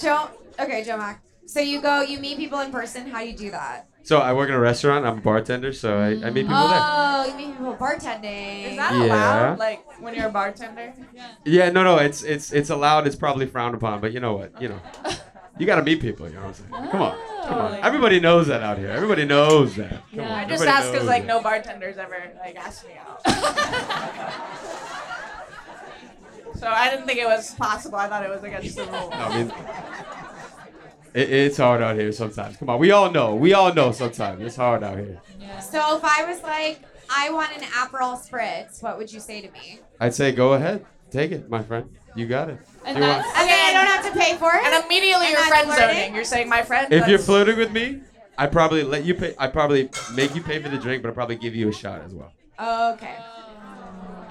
Joe. Okay, Joe Mac. So you go, you meet people in person. How do you do that?
So I work in a restaurant. I'm a bartender, so I, I meet people
Oh, you meet people bartending.
Is that
Yeah.
allowed? Like when you're a bartender?
there. Yeah, no, no. It's it's it's allowed. It's probably frowned upon, but you know what?
*laughs*
You know, you gotta meet people. You know what I'm saying? Come on, come
Oh.
on. Everybody knows that out here. Everybody knows that. Come
Yeah.
on.
I
I just
everybody
asked because
knows
like
that.
no bartenders ever like asked me out. *laughs* so I didn't think it was possible. I thought it was against the rule.
I
*laughs*
mean, it, it's hard out here sometimes. Come on, we all know. We all know sometimes it's hard out here.
Yeah.
so if I was like, I want an Aperol spritz, what would you say to me?
I'd say go ahead, take it, my friend. You got it.
And
You want-
that's
Okay, I don't have to pay for it.
And immediately
And
you're
I'm
friend
flirting?
zoning. You're saying my friend.
if you're
that's-
flirting with me, I probably let you pay. I probably make you pay for the drink, but I probably give you a shot as well.
Okay.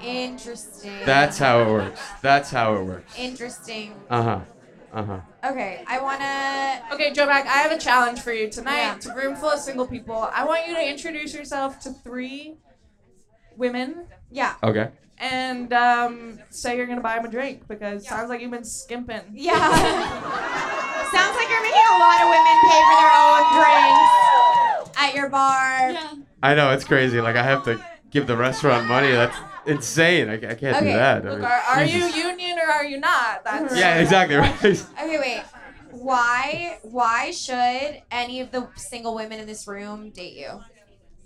Interesting.
That's how it works. That's how it works.
interesting.
Uh huh. Uh huh.
Okay, I wanna.
Uh, Okay, Joe Mac, I have a challenge for you tonight.
Yeah.
It's a room full of single people. I want you to introduce yourself to three women
Yeah,
Okay.
and um, say you're gonna buy them a drink because sounds like you've been skimping.
yeah. *laughs* Sounds like you're making a lot of women pay for their own drinks at your bar.
yeah.
I know it's crazy. Like I have to give the restaurant money. That's insane. I, I can't
Okay,
do that. I
Look,
mean,
are, are you
Jesus.
union or are you not? That's
Yeah, exactly. *laughs* Right.
Okay, wait. Why? Why should any of the single women in this room date you?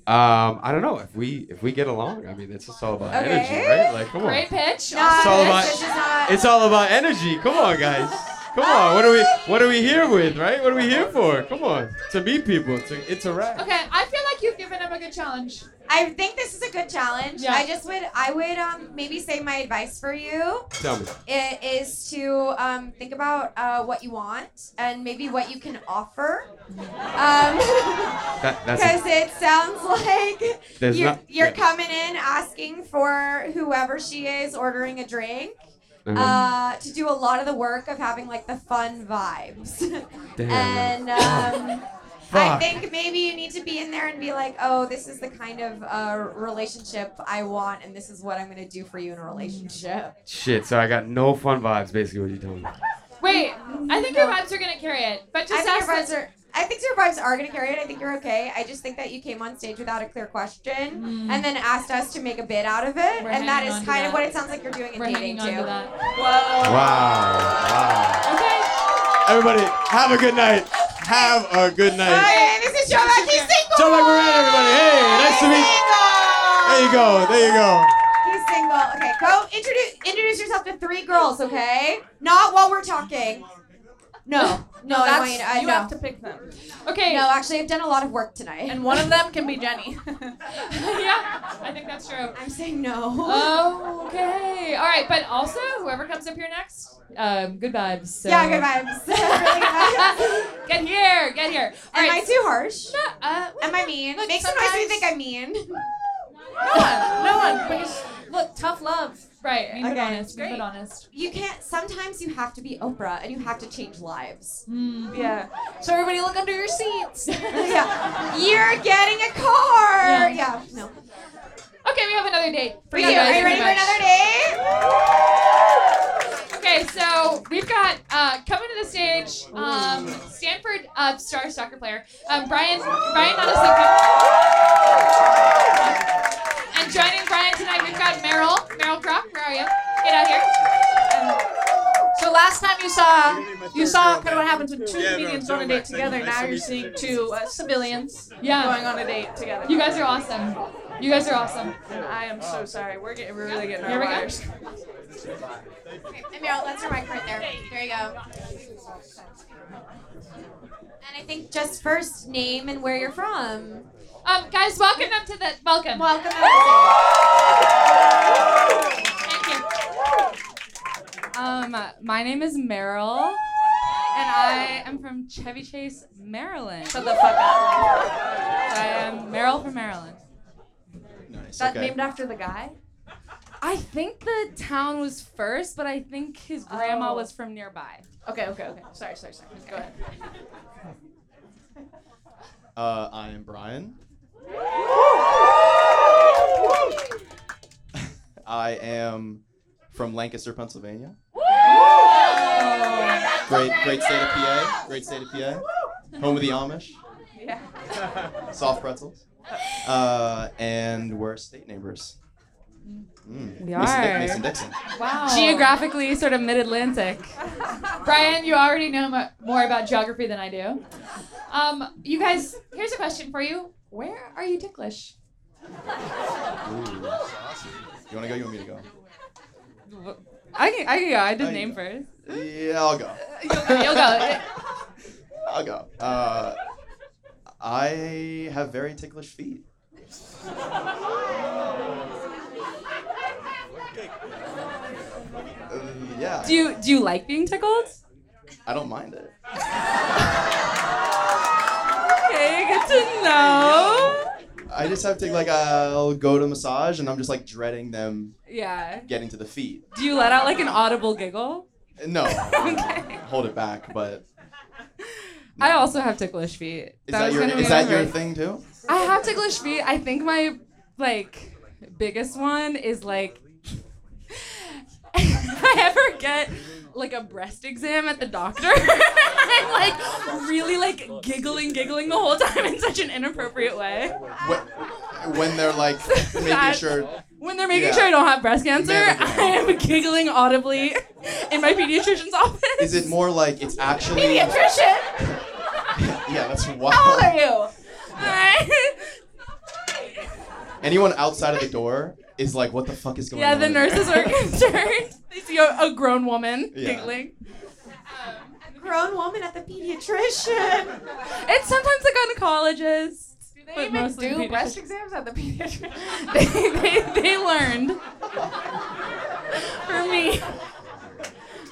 Um, I don't know if we if we get along. I mean, it's just all about
Okay.
energy, right? Like, come on.
Great pitch.
No,
all about-
this is not.
It's all about energy. Come on, guys. Come on, what are we what are we here with, right? What are we here for? Come on, to meet people, to interact.
Okay, I feel like you've given him a good challenge.
I think this is a good challenge.
Yeah.
I just would, I would um, maybe say my advice for you
Tell me.
i- is to um, think about uh, what you want and maybe what you can offer. Um, *laughs*
That, that's
Because it sounds *laughs* like
There's
you're,
not-
you're
yeah.
coming in asking for whoever she is, ordering a drink,
okay.
uh, to do a lot of the work of having like the fun vibes. *laughs*
Damn. Oh,
and um, I
Fuck.
think maybe you need to be in there and be like, oh, this is the kind of uh, relationship I want, and this is what I'm going to do for you in a relationship.
Shit, so I got no fun vibes, basically, what you telling me.
Wait, I think your vibes are gonna carry it. But
I
just
think
ask
your vibes
the-
are. I think your vibes are gonna carry it. I think you're okay. I just think that you came on stage without a clear question and then asked us to make a bit out of it, and that
Mm. hanging
is kind
on to
of
that.
what it sounds like you're doing in
We're
dating
hanging on
too.
to that.
Wow. Wow.
Okay.
Everybody, have a good night. Have a good night.
Hey, this is Joe Rocky single.
Joe Mike Moran, everybody. Hey, nice to meet There you go. There you go.
He's single. Okay, go introduce introduce yourself to three girls, okay? Not while we're talking. No, no, I want you to. I,
you
no.
have to pick them.
Okay.
no, actually, I've done a lot of work tonight.
And one of them can be
*laughs*
Jenny.
*laughs* yeah, I think that's true.
I'm saying no.
Okay. All right, but also whoever comes up here next, um, good vibes. So.
yeah, good vibes. Really good vibes.
*laughs* get here, get here. All
Am
right.
I too harsh?
uh, well,
Am I mean?
Look,
Make some noise if
sometimes-
you think I'm mean.
No one. No one. Because look, tough love.
right. We've been
Okay,
honest. We've
great.
been honest.
You can't. Sometimes you have to be Oprah and you have to change lives.
Mm.
Yeah. So everybody look under your seats.
*laughs* yeah, you're getting a car.
Yeah.
Yeah, no.
Okay, we have another date.
For you, are you ready for another date?
Okay, so we've got uh, coming to the stage, um, Stanford uh, star soccer player um, Brian Brian Nadasinka. And joining Brian tonight, we've got Meryl Meryl Croc. Where are you? Get out here.
So last time you saw,
Give me my
you
third
saw kind
girl
of what
back.
happens when two
Yeah, no,
comedians
no,
on a date
Max, thank you.
together.
Nice
Now
to
you're
meet you.
seeing two uh, civilians going
Yeah,
on a date together.
you guys are awesome. You guys are awesome.
I am so sorry. We're getting we're really getting
Here
our
we go.
wires.
And Meryl, that's your mic right there. There you go. And I think just first name and where you're from.
Um, guys, welcome them to the welcome.
Welcome. Madison.
Thank you.
Um, my name is Meryl, and I am from Chevy Chase, Maryland.
Shut the fuck up.
I am Meryl from Maryland.
Nice.
That named after the guy.
I think the town was first, but I think his grandma
Oh.
was from nearby.
Okay, okay, okay. Sorry, sorry, sorry. Go ahead.
Uh, I am Brian. I am from Lancaster, Pennsylvania. Great, great state of PA. Great state of PA. Home of the Amish.
Yeah.
Soft pretzels. Uh, and we're state neighbors. Mm.
We
Mason, Dick-
are.
Mason Dixon.
Wow.
Geographically, sort of mid-Atlantic.
Brian, you already know mu- more about geography than I do. Um, you guys, here's a question for you. Where are you ticklish?
Ooh. You want to go? You want me to go?
I can, I can go. I
Oh,
did
you
name
go.
first.
Yeah, I'll go.
You'll go.
*laughs* I'll go. Uh, I have very ticklish feet. Uh, yeah,
Do you do you like being tickled?
I don't mind it.
Okay, good to know.
I just have to like I'll go to massage and I'm just like dreading them
Yeah.
getting to the feet.
Do you let out like an audible giggle?
No,
Okay.
hold it back. But
I also have ticklish feet.
is that,
was
your
gonna be
is
my
that your
first.
thing too?
I have ticklish feet. I think my like biggest one is like *laughs* if I ever get like a breast exam at the doctor. *laughs* I'm like really like giggling, giggling the whole time in such an inappropriate way.
When, when they're
*laughs*
like making
That-
sure
When they're making
Yeah.
sure I don't have breast cancer,
Never
*laughs* I am giggling audibly in my pediatrician's office.
is it more like it's actually
Pediatrician,
yeah that's wild.
Oh.
how old are you?
anyone outside of the door is like, what the fuck is going
yeah,
on?
the *laughs*
in there?"
nurses are concerned. They see a, a grown woman
Yeah.
giggling.
Um,
pediatrician.
It's sometimes the gynecologist.
Do
But
they even
mostly
do
pediatrician.
breast exams at the pediatrician?
they, *laughs* they, they learned. For me.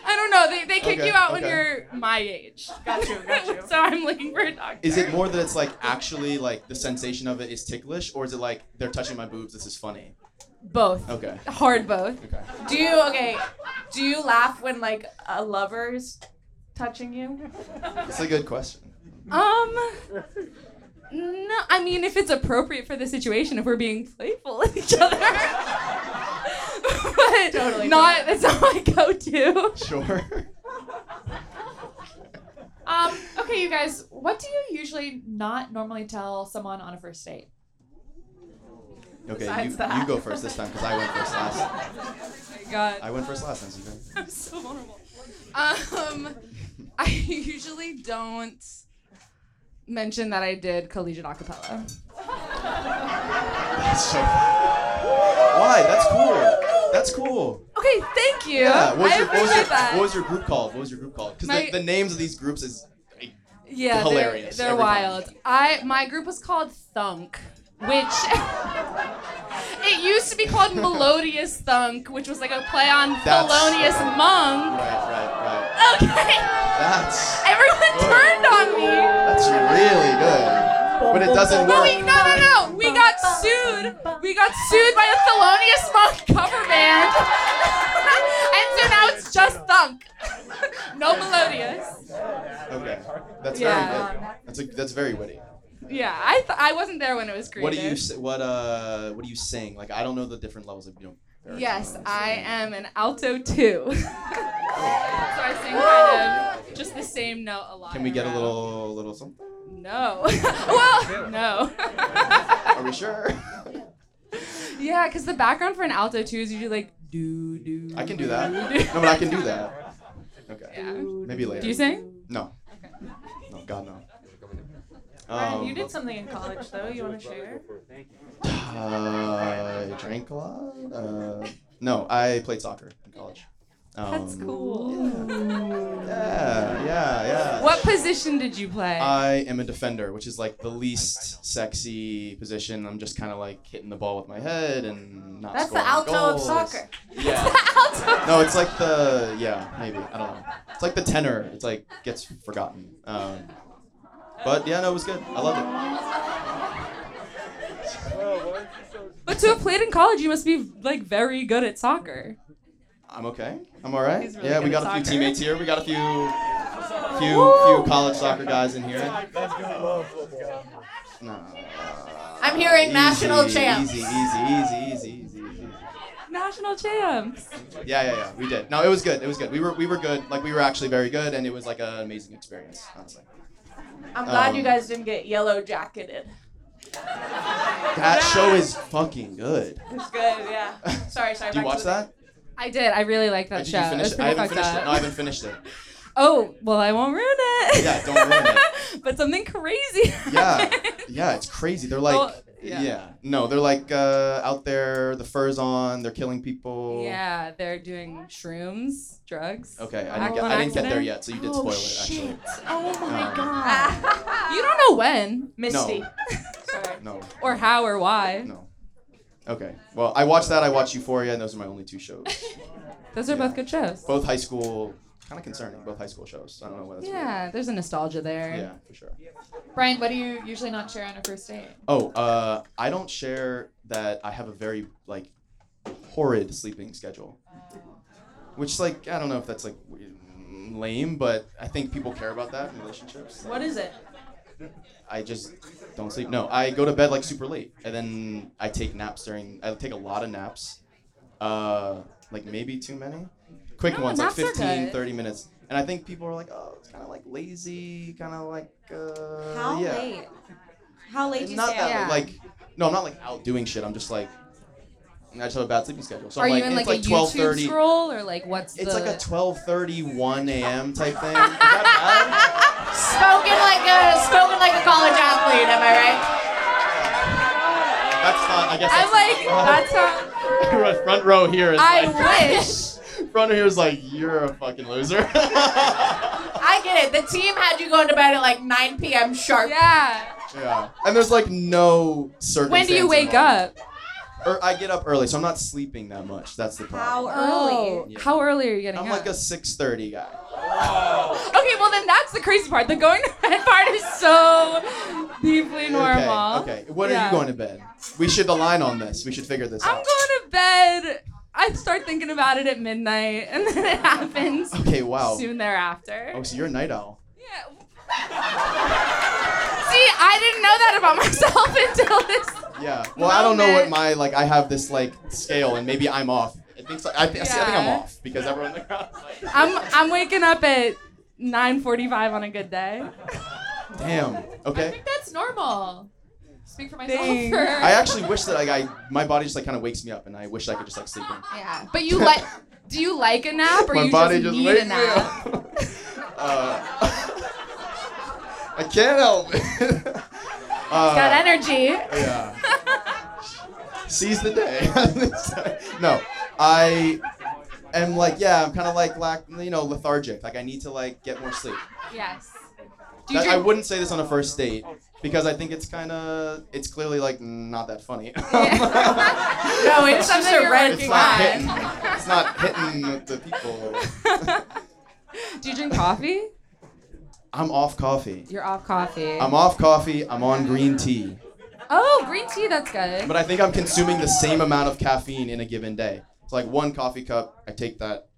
I don't know. They, they kick
Okay,
you out when
okay.
you're my age.
got you,
*laughs*
got you.
so I'm looking for a doctor.
Is it more that it's like actually like the sensation of it is ticklish, or is it like they're touching my boobs? This is funny.
both?
Okay.
Hard both.
Okay.
*laughs* Do you okay? Do you laugh when like a lover's
*laughs*
touching you?
It's a good question.
Um. No, I mean if it's appropriate for the situation, if we're being playful with each other. *laughs* but
Totally,
not. That's not my go-to.
Sure.
Um, okay, you guys, what do you usually not normally tell someone on a first date?
Okay, you,
Besides that.
you go first this time because I went first last.
Oh my God.
I went first last time. So you go.
*laughs*
*laughs*
I'm so vulnerable. Um, I usually don't mention that I did collegiate acapella.
That's so. Why? That's cool. That's cool.
Okay, thank you.
Yeah. What was,
I
your, what, was your,
appreciate that.
what was your group called? What was your group called? Because
My-
the, the names of these groups is
yeah, they're-
hilarious
They're,
every time.
wild. I my group was called Thunk, which *laughs* it used to be called Melodious Thunk, which was like a play on
That's-
Thelonious
right,
Monk.
right, right.
Okay,
That's
everyone
Oh.
turned on me.
that's really good. But it doesn't
But we,
work.
no, no, no. We got sued. We got sued by the Thelonious Monk cover band. *laughs* and so now it's just thunk. *laughs* no melodious.
Okay. That's
Yeah.
very good. That's a, that's very witty.
Yeah, I th- I wasn't there when it was created.
What do you s- what uh what do you sing? Like I don't know the different levels of you know. baritone
Yes,
and
I
singing.
am an alto too. *laughs* so I sing kind of just the same note a lot.
Can we get a
around.
little little something?
No. *laughs* well, no. *laughs*
Are we sure?
yeah, because the background for an alto too is usually like do do.
I can
*laughs*
do that.
do,
No,
do.
but I can do that. Okay.
Yeah.
Maybe later.
Do you sing?
No. No, God no.
Ryan,
Um,
you did something in college though. You want to share?
I drank a lot. Uh, no, I played soccer in college. Um,
That's cool.
Yeah, Uh, yeah, yeah.
What position did you play?
I am a defender, which is like the least sexy position. I'm just kind of like hitting the ball with my head and not.
That's the
scoring
alto of
goals.
soccer.
Yeah. No, it's like the yeah, maybe I don't know. It's like the tenor. It's like gets forgotten. Um, but yeah, no, it was good. I loved it.
but to have played in college, you must be like very good at soccer.
I'm okay. I'm all right.
He's really
yeah, we
good at
got a few
soccer.
teammates here. We got a few, few, few college soccer guys in here. No.
I'm hearing
Easy,
national champs.
Easy, easy, easy, easy, easy, easy.
National champs.
Yeah, yeah, yeah. We did. No, it was good. It was good. We were, we were good. Like we were actually very good, and it was like an amazing experience, honestly.
I'm glad
Um,
you guys didn't get yellow jacketed.
That show is fucking good.
It's good,
*laughs*
yeah. Sorry, sorry.
Do you
back
watch
to the-
that?
I did. I really liked
Or
that
did
show.
you
It was
finish it? I
pretty
haven't
fucked
finished
up.
it. No, I haven't finished it.
Oh well, I won't ruin it.
Yeah, don't ruin it.
*laughs* but something crazy.
Yeah,
happened.
yeah. It's crazy. They're like,
Well, yeah.
yeah. No, they're like uh, out there. The fur's on. They're killing people.
Yeah, they're doing shrooms, drugs.
Okay, I
Act
didn't, get,
on
I didn't get there
accident.
yet, so you did
Oh,
spoil
shit.
it
Oh my
Um,
god. *laughs* You don't know when
Misty. Sorry.
actually. No.
or how or why.
No. Okay. Well, I watched that. I watched Euphoria, and those are my only two shows.
*laughs* Those are
Yeah.
both good shows.
Both high school, kind of concerning. Both high school shows. I don't know what that's.
Yeah, there's a nostalgia there.
Yeah, for sure.
Brian, what do you usually not share on a first date?
Oh, uh, I don't share that I have a very like horrid sleeping schedule, which like I don't know if that's like w- lame, but I think people care about that in relationships.
What is it?
I just don't sleep. No, I go to bed like super late, and then I take naps during. I take a lot of naps, uh, like maybe too many, quick
No,
ones, like
naps are
15,
good.
30 minutes. And I think people are like, oh, it's kind of like lazy, kind of like. Uh,
How
yeah.
late? How late do
It's
you
not
stay
that
up?
Yeah.
like no, I'm not like out doing shit. I'm just like I just have a bad sleeping schedule. So
Are
I'm like
you in like,
it's
a
like twelve
YouTube
thirty.
scroll or like what's
It's
the?
like a 12:30, 1 a.m. type
*laughs*
thing. Is that bad?
Spoken like a spoken like a college athlete, am I right?
That's not. I guess
I'm
*laughs*
like that's how
that's like front row here is
I
like
wish.
*laughs* front row here is like you're a fucking loser.
I get it. it. The team had you going to bed at like 9 p.m. sharp.
Yeah.
*laughs* Yeah. And there's like no circumstance.
When do you wake
involved.
up?
Or I get up early, so I'm not sleeping that much. That's the
How
problem.
early?
Oh, how early are you getting
I'm
up?
like a 6:30 guy.
okay, well then that's the crazy part. The going *laughs* to bed part is so deeply normal.
Okay. Okay. What are
Yeah.
you going to bed? We should align on this. We should figure this
I'm
out.
going to bed. I start thinking about it at midnight, and then it happens
okay. Wow.
soon thereafter.
Oh, so you're a night owl.
Yeah. See, I didn't know that about *laughs* myself until this.
Yeah. Well, I don't know what
Moment.
my like. I have this like scale, and maybe I'm off. I think so. I, thi- I see- I think I'm
Yeah.
off because everyone in the crowd's like,
I'm I'm waking up at 9:45 on a good day.
damn.
I
Okay.
think that's normal. Speak for myself. *laughs*
Thanks.
For,
I actually wish that like I my body just like kind of wakes me up, and I wish I could just like sleep in.
Yeah.
But you like? Do you like a nap or
my
you
body
just,
just,
need
wakes
a
me
nap?
up. uh, *laughs* I can't help it. *laughs* Uh,
Got energy.
Yeah. *laughs* Seize the day. *laughs* no, I am like, yeah, I'm kind of like, lack, you know, lethargic. Like, I need to like get more sleep.
yes. Do you
That, I
drink?
wouldn't say this on a first date because I think it's kind of, it's clearly like not
*laughs*
that funny. *laughs*
No, it's something
a
you're
red
it's
working
not
on.
hitting. It's not hitting with the
*laughs*
people.
Do you drink coffee?
I'm off coffee.
You're off coffee.
I'm off coffee. I'm on green tea.
oh, green tea. That's good.
But I think I'm consuming the same amount of caffeine in a given day. It's like one coffee cup, I take that,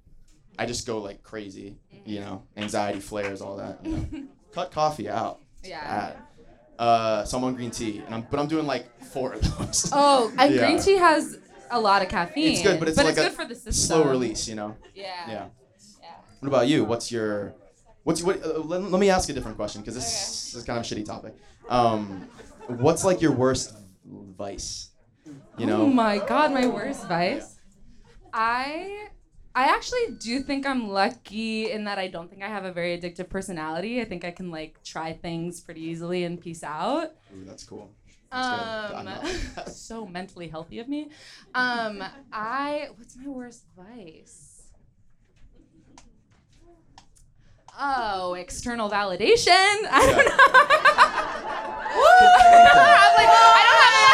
I just go like crazy, you know, anxiety flares, all that.
*laughs*
you know. Cut coffee out.
yeah.
Bad. Uh, so I'm on green tea, and I'm, but I'm doing like four of those.
Oh, and
*laughs* Yeah.
green tea has a lot of caffeine.
It's good, but it's like a
good for the system.
Slow release, you know.
Yeah.
Yeah. What about you? What's your, what's what? Uh, let, let me ask a different question because this is kind of a shitty topic. Um, what's like your worst vice? You know.
Oh my god, my worst vice. I I actually do think I'm lucky in that I don't think I have a very addictive personality. I think I can like try things pretty easily and peace out.
Ooh, that's cool. That's good.
Um,
I'm not-
so mentally healthy of me. Um, I what's my worst vice? Oh, external validation. *laughs* I don't know. *laughs* *laughs* I'm like,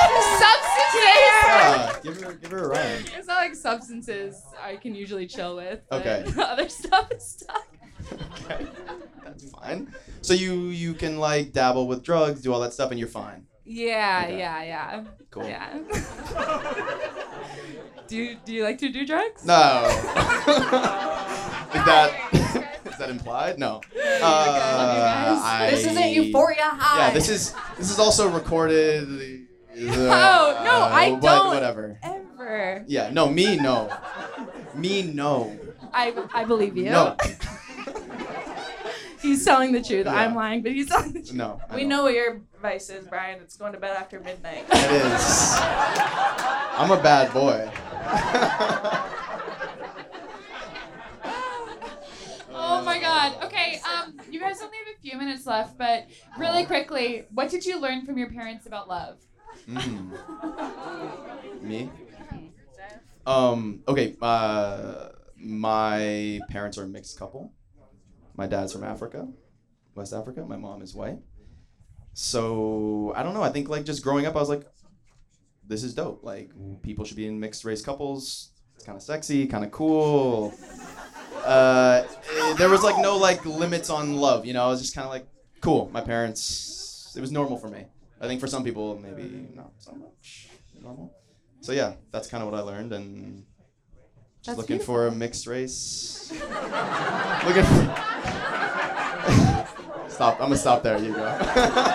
I don't have enough substances.
Uh, give her, give her a ride.
It's not like substances I can usually chill with. but
Okay.
*laughs* Other stuff is stuck.
Okay, that's fine. So you you can like dabble with drugs, do all that stuff, and you're fine.
Yeah,
Okay.
yeah, yeah.
Cool.
Yeah. do you, do you like to do drugs?
No. is that *laughs* is that implied? No. Uh, I,
This isn't euphoria high.
Yeah, this is this is also recorded. Oh
No, no, I don't.
Whatever.
Ever.
Yeah, no, me no. Me no.
I, I believe you.
No.
He's telling the truth.
Yeah.
I'm lying, but he's telling the truth.
No.
*laughs*
I
we
don't.
know what your vice is, Brian. It's going to bed after midnight.
It is. I'm a bad boy.
Oh my God. Okay. Um, you guys only have a few minutes left, but really quickly, what did you learn from your parents about love?
Mm-hmm. Mm. Me? Um, okay, uh, my parents are a mixed couple. My dad's from Africa, West Africa. My mom is white. So I don't know. I think like just growing up, I was like, this is dope. Like people should be in mixed race couples. It's kind of sexy, kind of cool. Uh, eh, there was like no like limits on love. You know, I was just kind of like, cool. My parents, it was normal for me. I think for some people, maybe not so much normal. So yeah, that's kind of what I learned, and just
That's
looking for a mixed race. looking. For... stop! I'm gonna stop there. You go. *laughs*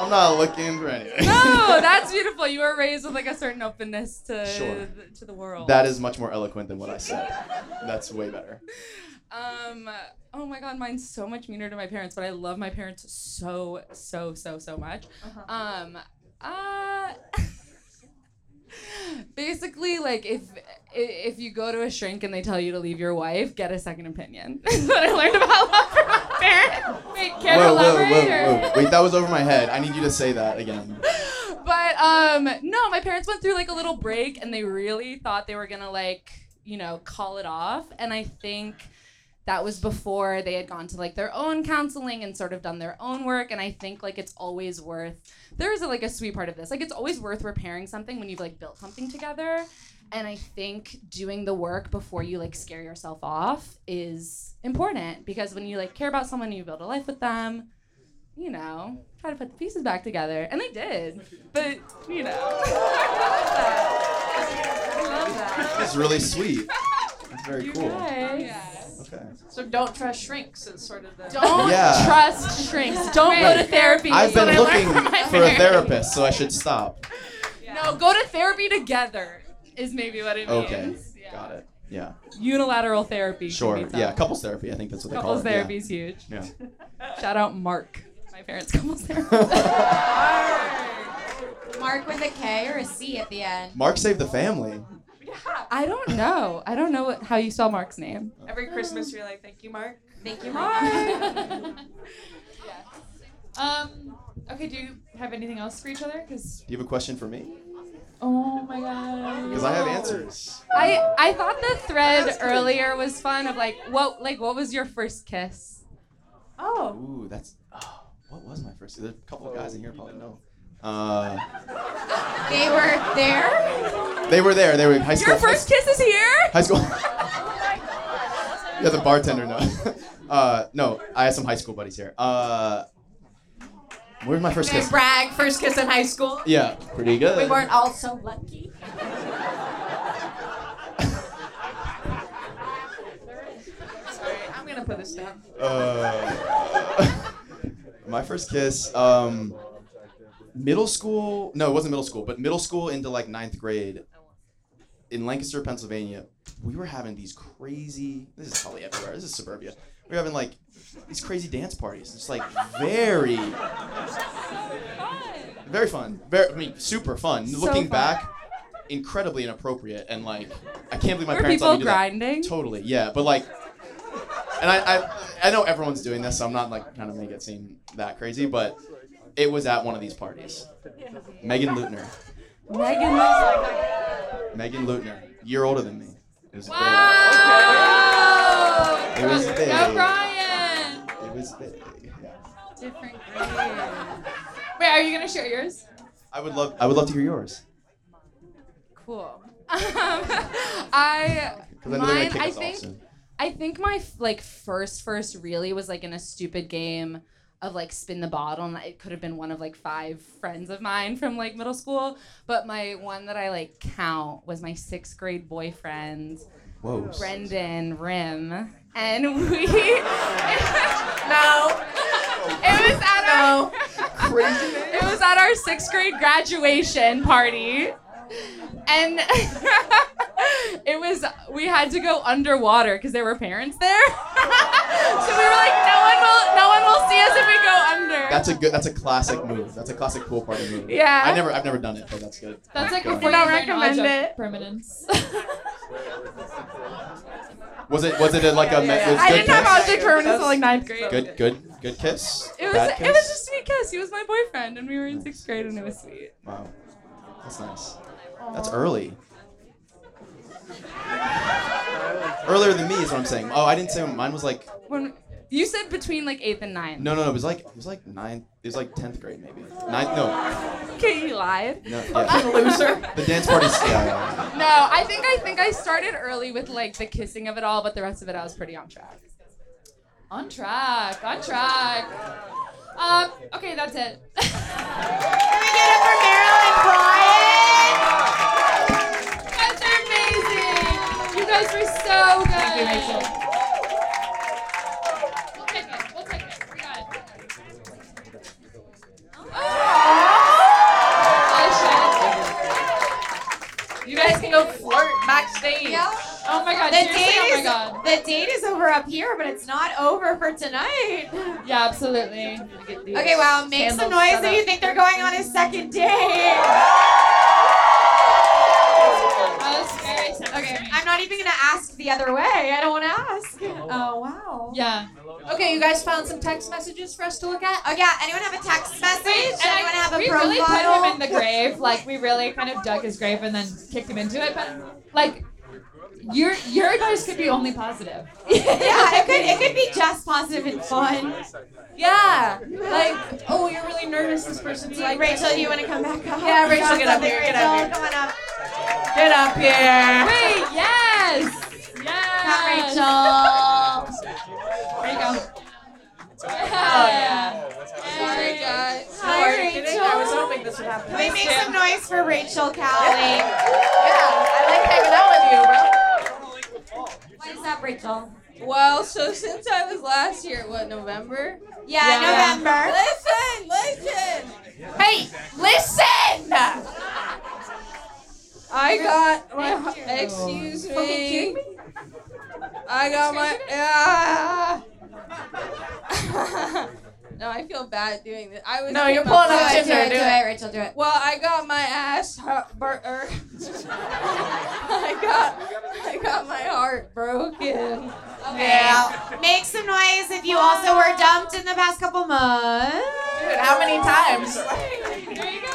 I'm not looking for anything.
No, Oh, that's beautiful. You were raised with like a certain openness to
Sure.
to the world.
*laughs* That is much more eloquent than what I said. That's way better.
Um. Oh my God, mine's so much meaner to my parents, but I love my parents so so so so much. Um. Uh. *laughs* basically, like if i- if you go to a shrink and they tell you to leave your wife, get a second opinion. *laughs* That's what I learned about love from my parents.
Wait, can you elaborate? or-
Wait, that was over my head. I need you to say that again.
But um, no, my parents went through like a little break, and they really thought they were gonna like you know call it off, and I think that was before they had gone to like their own counseling and sort of done their own work. And I think like it's always worth there is a, like a sweet part of this. Like it's always worth repairing something when you've like built something together. And I think doing the work before you like scare yourself off is important because when you like care about someone, you build a life with them. You know, try to put the pieces back together, and they did.
*laughs*
But you know, I love that.
That's really sweet. That's very
You
cool.
guys.
Okay.
So don't trust shrinks is sort of the.
Don't
Yeah.
trust shrinks. Don't go to therapy.
I've
That's what
been
I learned
looking
from my
for a
parents.
therapist, so I should stop.
No, go to therapy together is maybe what it means.
Okay. Got it. Yeah.
Unilateral therapy. can
Sure.
be tough.
Yeah. Couples therapy. I think that's what they call
Couples
it.
therapy is huge.
Yeah. yeah.
*laughs* Shout out Mark, my parents' couples
*laughs*
therapy.
Mark with a K or a C at the end.
Mark saved the family.
I don't know. I don't know what, how you spell Mark's name.
Every Christmas you're like, thank you, Mark.
Thank you, Mark.
yeah. *laughs* Um. Okay. Do you have anything else for each other? Cause
Do you have a question for me?
oh my god.
Because I have answers.
I I thought the thread earlier was fun of like what like what was your first kiss?
Oh.
Ooh, that's. Oh, what was my first? There's a couple of guys in here probably know. Uh,
they were there.
they were there. They were high school.
Your first kiss is here.
High school.
*laughs*
yeah, the bartender no. *laughs* uh, no, I had some high school buddies here. Uh, where's my first
Big
kiss?
brag, first kiss in high school.
Yeah, pretty good.
We weren't all so lucky. Sorry, I'm gonna put this down.
Uh, *laughs* my first kiss. Um, middle school. No, it wasn't middle school, but middle school into like ninth grade. In Lancaster, Pennsylvania, we were having these crazy. This is probably everywhere. This is suburbia. We were having like these crazy dance parties. It's like very, very fun. Very, I mean, super fun. Looking
fun.
back, incredibly inappropriate, and like I can't believe my
Were
parents
people
let me do that.
grinding?
Totally, yeah. But like, and I, I, I know everyone's doing this, so I'm not like trying to make it seem that crazy, but it was at one of these parties. Megan Lutner.
Megan.
Megan Lutner. Year older than me. It was
Wow.
big. It was big.
Go Brian.
It was big. Yeah.
Different grade. Wait, are you gonna share yours?
I would love. I would love to hear yours.
Cool. *laughs* Um, I
Because I know they're gonna
mine.
kick
I
us off
think
soon.
I think my f- like first first really was like in a stupid game of like spin the bottle and it could have been one of like five friends of mine from like middle school but my one that I like count was my 6th grade boyfriend
Whoa.
Brendan Rim and we *laughs* No it was at our
Crazy name.
it was at our sixth grade graduation party. And *laughs* it was, we had to go underwater because there were parents there. so we were like, no one will, no one will see us if we go under.
That's a good. That's a classic move. That's a classic pool party move.
Yeah.
I never. I've never done it, but that's good.
That's like
Go.
before
We don't
you learn
recommend
knowledge of
it.
Permanence. *laughs*
Was it? Was it a, like a? me- was
I
good
didn't have
kiss?
object permanence until like ninth grade.
Good. Good. Good kiss.
It was,
Bad
it was
kiss?
just a sweet kiss. He was my boyfriend and we were in sixth grade and it was sweet.
Wow. That's nice. That's early. Earlier than me is what I'm saying. Oh, I didn't say mine was like
When You said between like eighth and ninth.
no no no it was like it was like ninth it was like tenth grade maybe. Ninth no.
Okay, you lied.
No yeah.
*laughs* Loser.
The dance parties yeah, yeah.
No, I think I think I started early with like the kissing of it all, but the rest of it I was pretty on track.
on track. On track. Um. Okay, that's it. *laughs* That's amazing. You guys were so good. Thank you, Rachel. We'll take it. We'll take it. We got it. Oh, shit. You guys can go flirt.
Backstage.
Yeah.
Oh my god.
The
seriously,
date
Oh my
is
god.
the date is over up here, but it's not over for tonight.
Yeah, absolutely.
Okay, wow, make some
Candles
noise
set
if you
up.
think they're going on a second date.
That was very satisfying.
Okay, I'm not even gonna ask the other way. I don't want to ask. Oh wow.
Yeah.
Okay, you guys found some text messages for us to look at?
Oh yeah. Anyone have a text message?
And I-
Anyone have a
we
profile?
really put him in the grave. Like we really kind of dug his grave and then kicked him into it. But like, Your your advice could be only positive.
yeah, it could it could
*laughs*
be just positive and fun.
Yeah. Like, oh, you're really nervous. This person's like,
Rachel, do you want to come back up?
Yeah, Rachel, get up here, get up
Rachel, Come on up.
get up here.
Wait, yes! Yes!
Not Rachel.
There you go.
Oh
Sorry, guys.
Hi,
Sorry, kidding? I was
Rachel.
hoping this would happen.
Can we make some noise for Rachel Cowley?
I like hanging out with you, bro.
What is up, Rachel?
Well, so since I was last year, what November?
Yeah,
Yeah.
November.
Listen, listen.
Hey, listen!
I got my. Excuse me. I got my. Ah. *laughs* no, I feel bad doing this. I was.
No, you're pulling
Do
up
it, do
Tinder.
it, do
Do
it,
it.
Rachel, do it.
Well, I got my ass hurt. Bur- er. *laughs* I got. I got my heart broken.
Yeah. Make some noise if you also were dumped in the past couple months.
Dude, how many times?
There you go.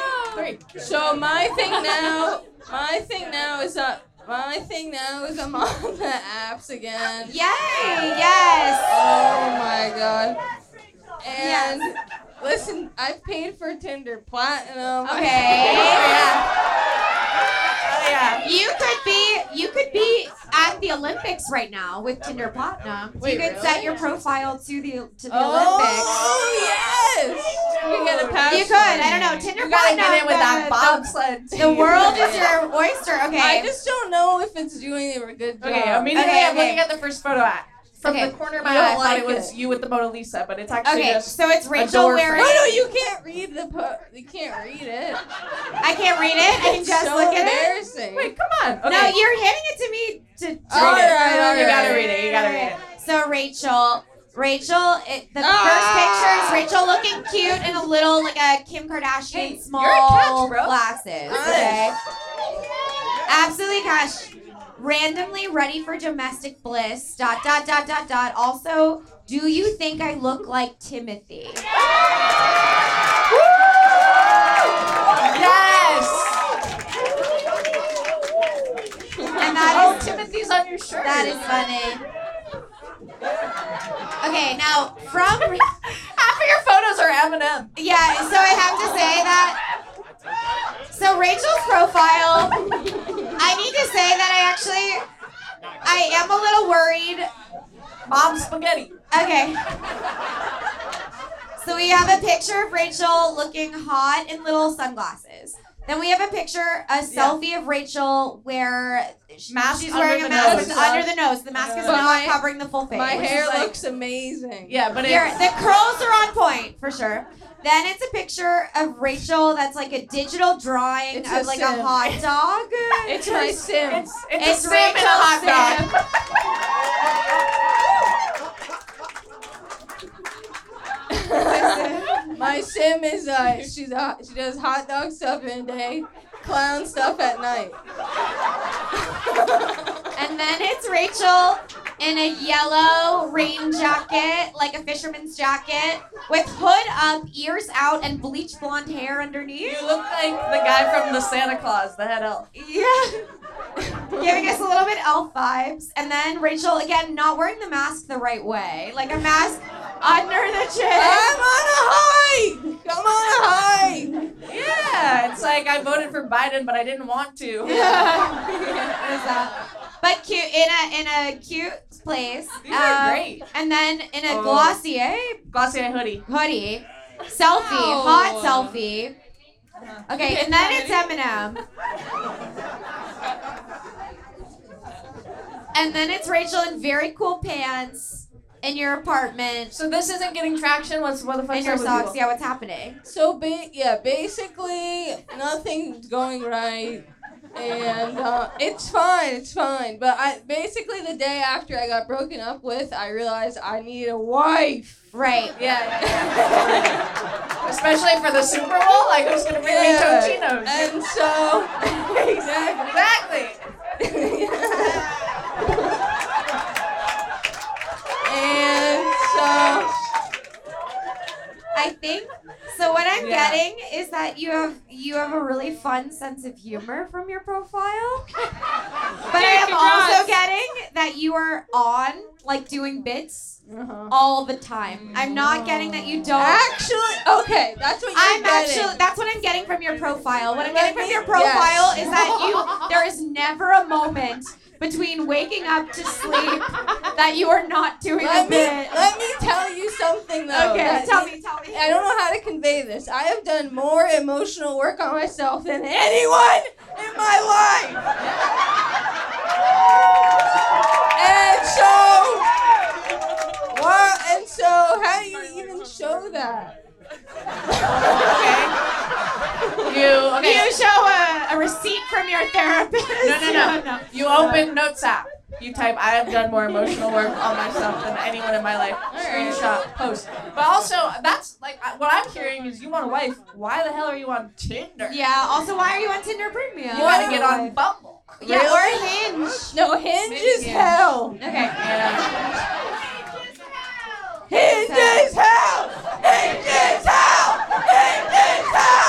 So my thing now. My thing now is that. My thing now is I'm on the apps again.
Yay! Yes.
Oh my god. And listen, I've paid for Tinder Platinum.
Oh,
Okay.
yeah.
You could be you could be at the Olympics right now with Tinder Platinum. you could set your profile to the to the
Oh yes. You get a pass.
Olympics. You could. I don't know. Tinder
You gotta
Platinum.
get in with that
the-
bobsled.
*laughs* The, the world is your oyster. Okay.
I just don't know if it's doing a good job.
Okay, immediately
Okay,
I'm
okay.
looking at the first photo at. From
Okay.
the corner of
You
my
don't
eye, I thought
like
it was you with the Mona Lisa, but it's actually
okay.
just.
So it's Rachel
door
wearing.
no, no, you can't read the po- you can't read it.
I can't read it. I can
It's
just
so
look at it.
embarrassing.
Wait, come on. Okay.
No, you're handing it to me to.
All
read it.
right, all
You gotta
right.
read it. You gotta read it.
So Rachel, Rachel, it, the
Ah!
first picture is Rachel looking cute in a little like a Kim Kardashian small
catch, bro.
glasses.
Nice.
Okay.
*laughs*
Absolutely cash. Randomly ready for domestic bliss. Dot dot dot dot dot. Also, do you think I look like Timothy?
Yes!
And that
Oh.
is
Timothy's on your shirt.
that is funny. Okay, now
*laughs*
from
Half of your photos are Eminem.
Yeah, so I have to say that. So Rachel's profile, I need to say that I actually, I am a little worried.
Mom spaghetti.
Okay. So we have a picture of Rachel looking hot in little sunglasses. Then we have a picture, a selfie of Rachel where she-
Mask
she's
under
wearing a
the
mask
nose.
with- under the nose. The mask is
But
not
my-
covering the full face.
My
which
hair
is like-
looks amazing.
Yeah, but it's.
Here, the curls are on point for sure. Then it's a picture of Rachel that's like a digital drawing
It's a
of like a
sim.
hot dog.
It's my
*laughs*
sim.
It's, it's,
It's
a sim and a hot dog.
My sim is uh, she's a, she does hot dog stuff in the day, clown stuff at night.
and then it's Rachel in a yellow rain jacket, like a fisherman's jacket, with hood up, ears out, and bleach blonde hair underneath.
You look like the guy from the Santa Claus, the head elf.
Yeah. *laughs* Giving us a little bit elf vibes. And then Rachel, again, not wearing the mask the right way. Like a mask under the chin.
I'm on a hike. I'm on a hike.
Yeah, it's like I voted for Biden, but I didn't want to.
*laughs*
Is that- But cute in a in a cute place.
These are
Um,
great.
And then in a
Oh.
Glossier
Glossier hoodie.
hoodie, selfie,
Wow.
hot selfie. Okay, and then it's Eminem. and then it's Rachel in very cool pants in your apartment.
So this isn't getting traction. What's what the fuck's
In your
up with
socks,
you?
yeah, what's happening?
So ba- yeah, basically nothing's going right, and uh, it's fine. It's fine. But I basically the day after I got broken up with, I realized I need a wife.
Right.
Yeah. yeah. Especially for the Super Bowl, like who's gonna bring
Yeah.
me Totino's? *laughs*
And so exactly.
exactly.
And so
I I think. So what I'm
Yeah.
getting is that you have you have a really fun sense of humor from your profile. But I am also
congrats.
getting that you are on like doing bits
Uh-huh.
all the time. I'm not getting that you don't.
Actually, okay, that's what you're
I'm
getting.
actually that's what I'm getting from your profile. What I'm
Let
getting from
me-
your profile
Yes.
is that you there is never a moment between waking up to sleep that you are not doing
Let
a
me
bit.
let me tell you something though.
okay,
that-
tell me, tell me.
I don't know how to convey this. I have done more emotional work on myself than anyone in my life. and so, what? And so, how do you even show that?
You okay?
You show a, a receipt from your therapist.
No, no, no,
*laughs*
no. You open Notes app. You type, I have done more emotional work on myself than anyone in my life. Screenshot, post. But also, that's like I- what I'm hearing is you want a wife. Why the hell are you on Tinder?
Yeah. Also, why are you on Tinder Premium?
You gotta get on Bumble.
Yeah, or Hinge.
No, hinge is hell.
Okay.
Yeah.
Hinge is hell. Hinge is hell. Hinge is hell.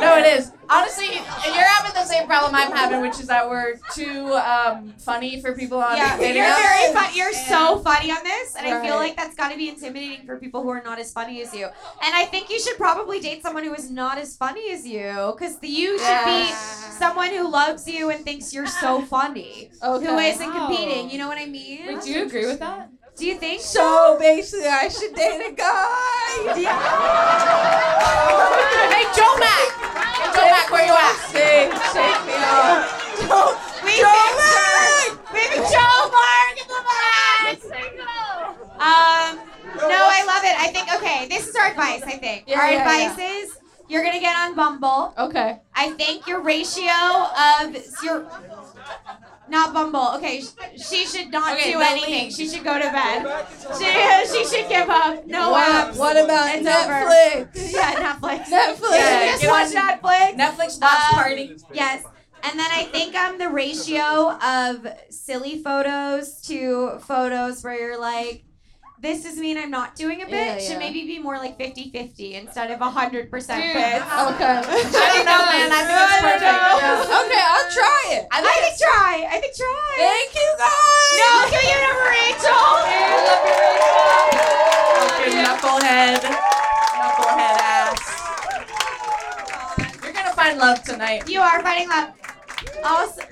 No, it is. Honestly, you're having the same problem I'm having, which is that we're too um, funny for people on
Yeah,
dating
you're
apps.
very fun. You're so funny on this, and I feel
Right.
like that's got to be intimidating for people who are not as funny as you. And I think you should probably date someone who is not as funny as you, because you should be someone who loves you and thinks you're so funny, who
Okay.
isn't
Wow.
competing. You know what I mean?
Wait, do you agree with that?
Do you think
So basically, I should date a
*laughs*
guy.
Hey, Joe Mac! Hey, Joe Mac, where you at?
Shake, shake me off. Don't, don't look.
Baby Joe Oh, Mark in the back. Um, no, I love it. I think okay, this is our advice. I think
Yeah,
our
yeah,
advice is you're gonna get on Bumble.
Okay.
I think your ratio of your not Bumble. Okay, sh- she should not
Okay,
do
the
anything.
link.
She should go to bed. She, she should give up. No
What,
apps.
what about
It's
Netflix?
Over. Yeah, Netflix.
*laughs* Netflix.
Yeah,
Yeah,
just
get
watch
on-
Netflix.
Netflix watch
Um,
party.
Yes. And then I think um the ratio of silly photos to photos where you're like, this is mean I'm not doing a bit
Yeah,
should
yeah.
maybe be more like 50-50 instead of 100% piss.
Dude,
I
Okay.
I don't know, man. I think it's perfect.
I
Yeah.
Okay, I'll try it.
think try. I think try.
Thank you guys.
no, give it up, Rachel.
I love you, Rachel.
Fucking knucklehead. Knucklehead ass. You're gonna find love tonight.
You are fighting love. Also,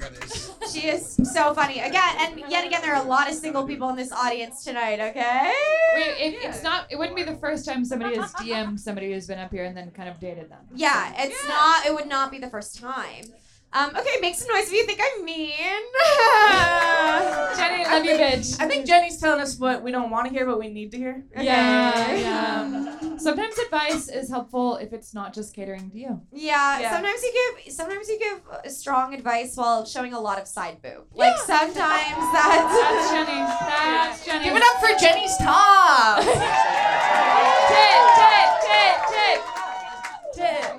she is so funny. Again, and yet again, there are a lot of single people in this audience tonight. Okay.
Wait, it, it's not. It wouldn't be the first time somebody has DM'd somebody who's been up here and then kind of dated them.
Yeah, it's not. It would not be the first time. Um, okay, make some noise if you think I'm *laughs* mean.
Uh, Jenny, I love you, bitch.
I think Jenny's telling us what we don't want to hear, but we need to hear.
*laughs* Yeah, yeah. Sometimes advice is helpful if it's not just catering to you.
yeah,
Yeah.
Sometimes you give. Sometimes you give uh, strong advice while showing a lot of side boob. Like
*laughs*
sometimes
That's
that's.
Jenny. That's Jenny.
Give it up for Jenny's
*laughs*
top.
Tit, tit, tit, tit.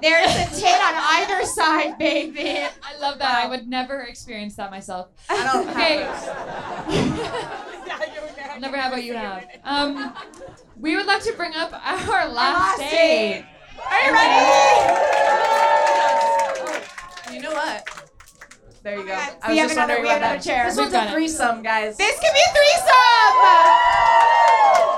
There's a tit on either side, baby.
I love that. I would never experience that myself.
I don't
Okay.
have those.
I'll *laughs* never have what you have. Um, we would love to bring up our *laughs* last
Last
date.
date. Are you ready?
You know what? There you go.
God.
I
We
was
have
just
another-
wondering
we
about
have another
that.
chair.
This
We've
one's
done
a
it.
threesome, guys.
This could be a threesome.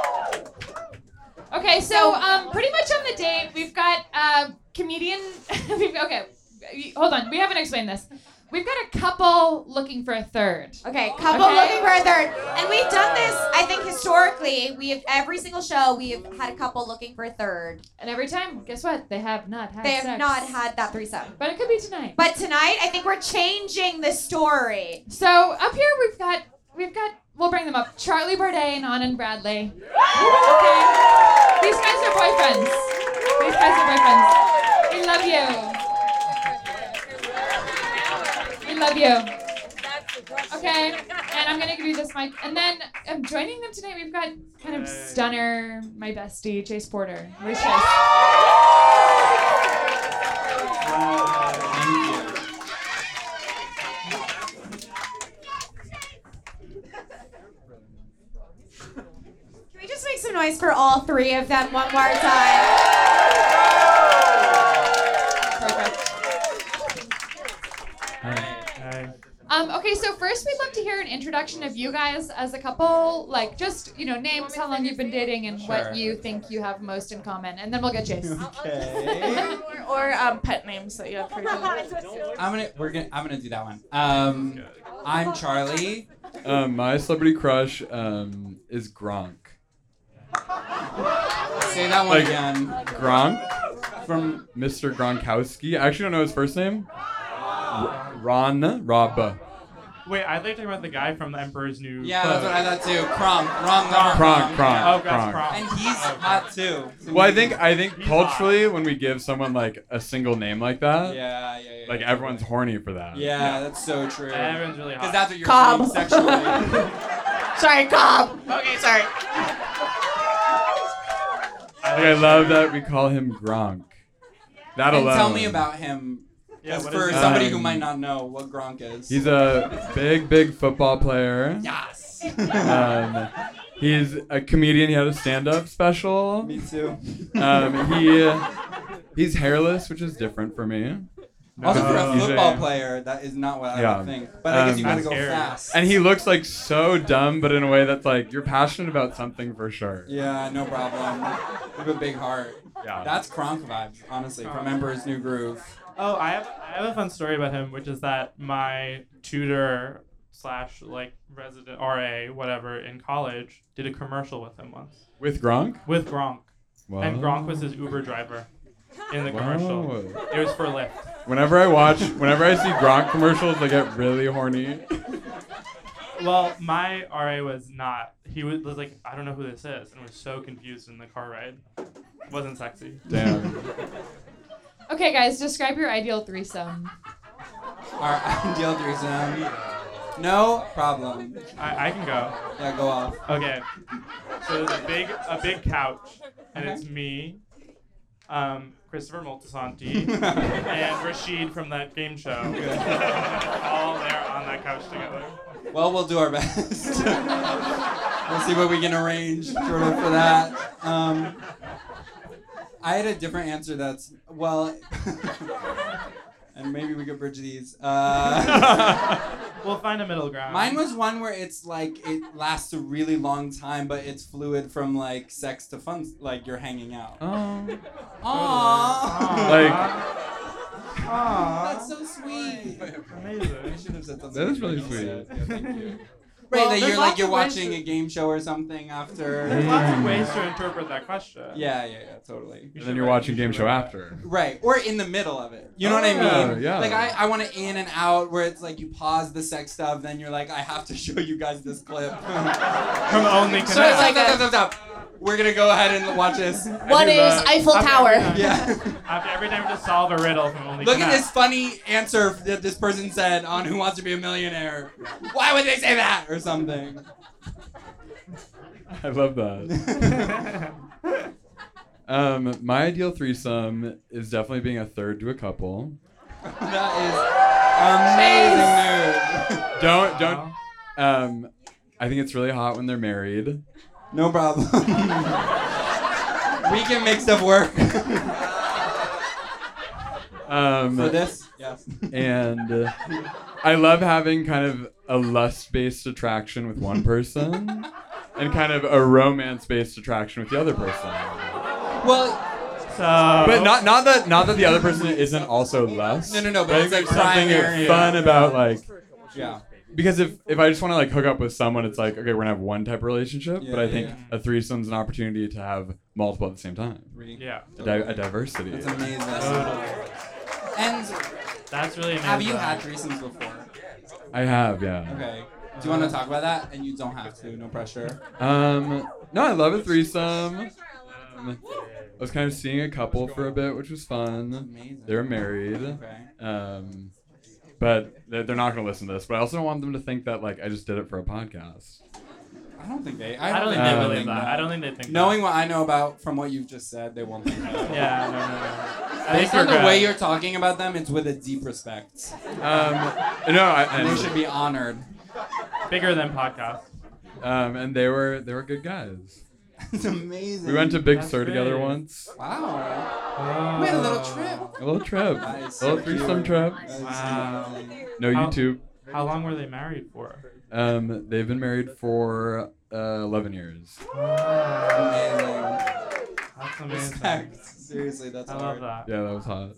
Okay, so um, pretty much on the date, we've got uh, comedian. *laughs* we've, okay, y- hold on. We haven't explained this. We've got a couple looking for a third.
Okay, couple
Okay.
looking for a third. And we've done this, I think, historically. We have every single show we have had a couple looking for a third.
And every time, guess what? They have not had
They have
sex.
not had that threesome.
But it could be tonight.
But tonight, I think we're changing the story.
So up here we've got we've got we'll bring them up. Charlie Bourdais and Anand Bradley. Okay. These guys are boyfriends. These guys are boyfriends. We love you. We love you. Okay. And I'm gonna give you this mic. And then um, joining them tonight, we've got kind of stunner, my bestie, Chase Porter. Where's Chase?
Can we just make some noise for all three of them one more time.
Um, okay, so first we'd love to hear an introduction of you guys as a couple, like just you know names, how long you've been dating, and
Sure.
what you think you have most in common, and then we'll get Jace.
*laughs*
Okay.
Or, or um, pet names that you have for each
I'm gonna we're gonna I'm gonna do that one. Um, I'm Charlie.
Um, my celebrity crush um, is Gronk.
Say that one
Like-
again.
Gronk from Mr. Gronkowski. I actually don't know his first name. R- Ron Rob.
Wait, I thought you were talking about the guy from The Emperor's New
Yeah,
Clothes.
that's what I thought too. Crom, wrong number.
Kronk,
Oh,
Kronk,
that's
Kronk.
Kronk. Oh,
And he's hot too. So
Well, I
we-
think I think
He's
culturally, when we give someone like a single name like that,
Yeah, yeah, yeah.
like
yeah.
everyone's horny for that.
Yeah, that's so true.
Everyone's really hot.
Because that's what you're
Cobb.
saying
*laughs*
sexually.
other. *laughs* Sorry, Cobb. Okay, sorry.
I, think I love that we call him Gronk. That
and
alone.
tell me about him. Because
what
for
is
that?
somebody who
Um,
might not know what Gronk is.
He's a big, big football player.
yes.
Um, he's a comedian. He had a stand-up special.
Me too.
Um, he he's hairless, which is different for me.
*laughs*
Um,
Also, for a
He's
football player, that is not what I
Yeah.
would think. But I guess you
Um,
gotta go
That's scary.
fast.
And he looks like so dumb, but in a way that's like you're passionate about something for sure.
Yeah, no problem. You have a big heart.
Yeah.
That's Kronk vibes, honestly, from Emperor's New Groove.
Oh, I have I have a fun story about him, which is that my tutor slash like resident RA whatever in college did a commercial with him once
with Gronk.
with Gronk,
Wow.
and Gronk was his Uber driver in the commercial.
Wow.
It was for Lyft.
Whenever I watch, whenever I see Gronk commercials, I get really horny.
Well, my RA was not. He was, was like, I don't know who this is, and was so confused in the car ride. Wasn't sexy.
Damn.
Okay, guys, describe your ideal threesome.
Our *laughs* ideal threesome. No problem.
I, I can go.
Yeah, go off.
Okay. So there's a big a big *laughs* couch, and it's me, um, Christopher
*laughs*
Moltisanti, and Rashid from that game show. *laughs* All there on that couch together.
Well, we'll do our *laughs* best. we'll see what we can arrange sort of for that. Um, I had a different answer that's, well, *laughs* and maybe we could bridge these. Uh,
*laughs* We'll find a middle ground.
mine was one where it's like, it lasts a really long time, but it's fluid from like sex to fun, like you're hanging out.
Um,
Aww.
like
That's so sweet. I
Amazing.
should have said something.
That is really
else.
sweet.
Yeah, thank you.
*laughs* Well,
right, that
there's
you're like
lots
you're
of ways
watching
to-
a game show or something after.
*laughs*
Mm.
There's lots of ways to interpret that question.
Yeah, yeah, yeah, totally.
and then you're watching game show after.
Right, or in the middle of it. You know what I
Yeah,
mean?
yeah.
Like I, I want to in and out where it's like you pause the sex stuff, then you're like, I have to show you guys this clip.
*laughs* From Only
so it's
Connect.
like, stop, stop, stop, stop. We're gonna go ahead and watch this.
What
do
is
that.
Eiffel
After
Tower?
every time-
Yeah.
*laughs* After every time to solve a riddle from Only
Look at
Connect.
this funny answer that this person said on Who Wants to Be a Millionaire. Why would they say that or something? *laughs*
*laughs* I love that.
*laughs*
Um, my ideal threesome is definitely being a third to a couple.
that is amazing news.
Don't don't. Um, I think it's really hot when they're married.
No problem. we can make stuff work.
Um,
For this, yes.
and
*laughs*
uh, I love having kind of a lust-based attraction with one person, and kind of a romance-based attraction with the other person.
*laughs* Well,
So,
But not not that not that the other person isn't also lust.
No, no, no, but it's like
something
primary.
fun about like
yeah.
because if if I just want to like hook up with someone, it's like okay, we're gonna have one type of relationship.
Yeah,
but I
yeah,
think
yeah.
a threesome's an opportunity to have multiple at the same time.
Yeah.
A, di- a diversity.
That's amazing.
Totally.
And
That's really amazing.
have you had threesomes before?
I have, yeah.
Okay. Do you want to talk about that? And you don't have to. No pressure.
Um, no, I love a threesome. Um, I was kind of seeing a couple for a bit, which was fun.
Amazing.
They're married.
Okay.
Um, but they're, they're not gonna listen to this. But I also don't want them to think that like I just did it for a podcast.
I don't think they.
I don't think
Uh,
they
I
believe that. I don't think they think
Knowing what I know about from what you've just said, they won't think that.
that. *laughs* Yeah, no, no, no. I
Based
think
on
we're
the
good.
way you're talking about them, it's with a deep respect.
Um, no, I,
And they should
and,
be honored.
Bigger than podcast.
*laughs*
um, and they were they were good guys.
It's amazing.
We went to Big
That's
Sur together
big.
once.
Wow. We had a little trip.
A little trip.
Uh, *laughs* Nice.
A little threesome trip.
Wow.
No
How-
YouTube.
How long were they married for?
Um, they've been married for uh, 11 years.
That's
Zach,
amazing.
Seriously, that's
I
hard.
love that.
Yeah, that was hot.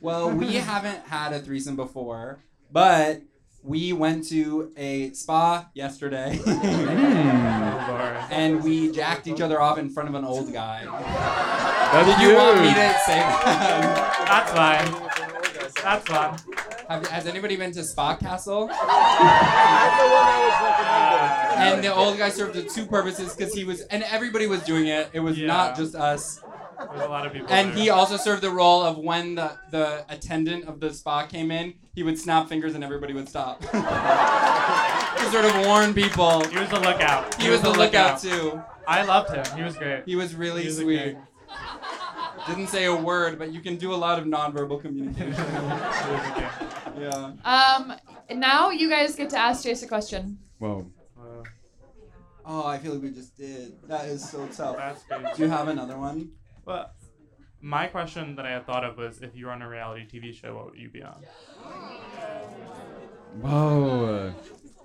Well,
*laughs*
we haven't had a threesome before, but we went to a spa yesterday.
Hmm.
*laughs* and we jacked each other off in front of an old guy. Did you want me to say that?
That's fine.
*laughs*
That's fine.
Have, has anybody been to Spa
*laughs*
Castle?
and Uh,
and the old guy served the two purposes because he was, and everybody was doing it. It was
Yeah.
not just us.
There's a lot of people.
And
there.
he also served the role of when the, the attendant of the spa came in, he would snap fingers and everybody would stop. *laughs* to sort of warn people.
He was the lookout.
He was the lookout too.
I loved him. He was great.
He was really
He was a
sweet. Didn't say a word, but you can do a lot of nonverbal
*laughs*
communication. yeah.
Um, now you guys get to ask Jace a question.
Whoa.
Uh, Oh, I feel like we just did. That is
*laughs*
so tough.
That's good.
Do you have another one?
Well, my question that I had thought of was if you were on a reality TV show, what would you be on?
Whoa.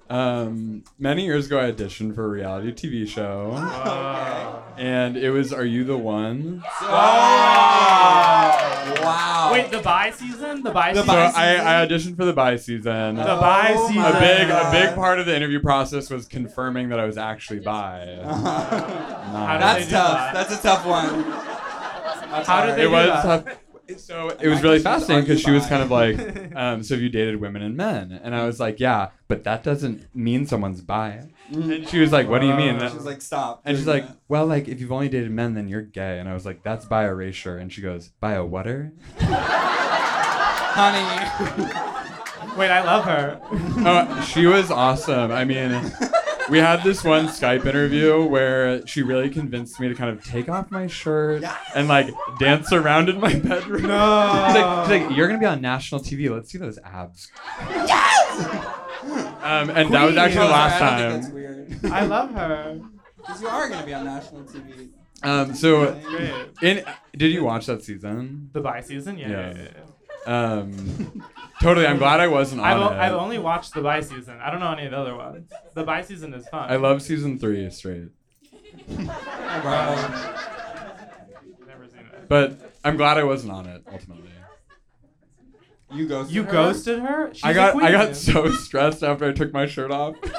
Um, many years ago, I auditioned for a reality TV show.
Ah,
And it was Are You the One?
Wow.
Wait, the bi season? The bi
so
season?
I, I auditioned for the bi season.
The bi
Oh
season.
my A big a big part of the interview process was confirming that I was actually bi.
*laughs* How
Nah.
did That's they do tough. that?
That's a tough one. That's
How did
hard.
they
it
do
was
that?
tough. So it was really fascinating because she was kind of
bi.
like, um, "So have you dated women and men?" And I was like, "Yeah, but that doesn't mean someone's bi." And she was like, "What do you mean?"
She's like, "Stop
And she's
doing
like,
that."
"Well, like if you've only dated men, then you're gay." And I was like, "That's bi erasure." And she goes, "Bi a er? whatter?"
Honey.
*laughs* Wait, I love
*laughs*
her.
oh, she was awesome. I mean, we had this one Skype interview where she really convinced me to kind of take off my shirt and like dance around in my bedroom.
No.
She's like, she's like, you're gonna be on national TV. Let's see those abs. Um, and that was
Queen.
actually the last
I don't
time.
think that's weird.
I love
*laughs*
her.
Because you are going to be on national TV.
Um, so,
Great.
in did you watch that season?
The bi season? Yeah. yeah, yeah,
Um, totally. I'm glad I wasn't on
I've, o-
it.
I've only watched the bi season. I don't know any of the other ones. The bi season is fun.
I love season three
*laughs*
straight.
Never seen it.
But I'm glad I wasn't on it ultimately.
You ghosted
You
her?
ghosted her? She's
I
a
got I
queen.
got so stressed after I took my shirt
*laughs*
off that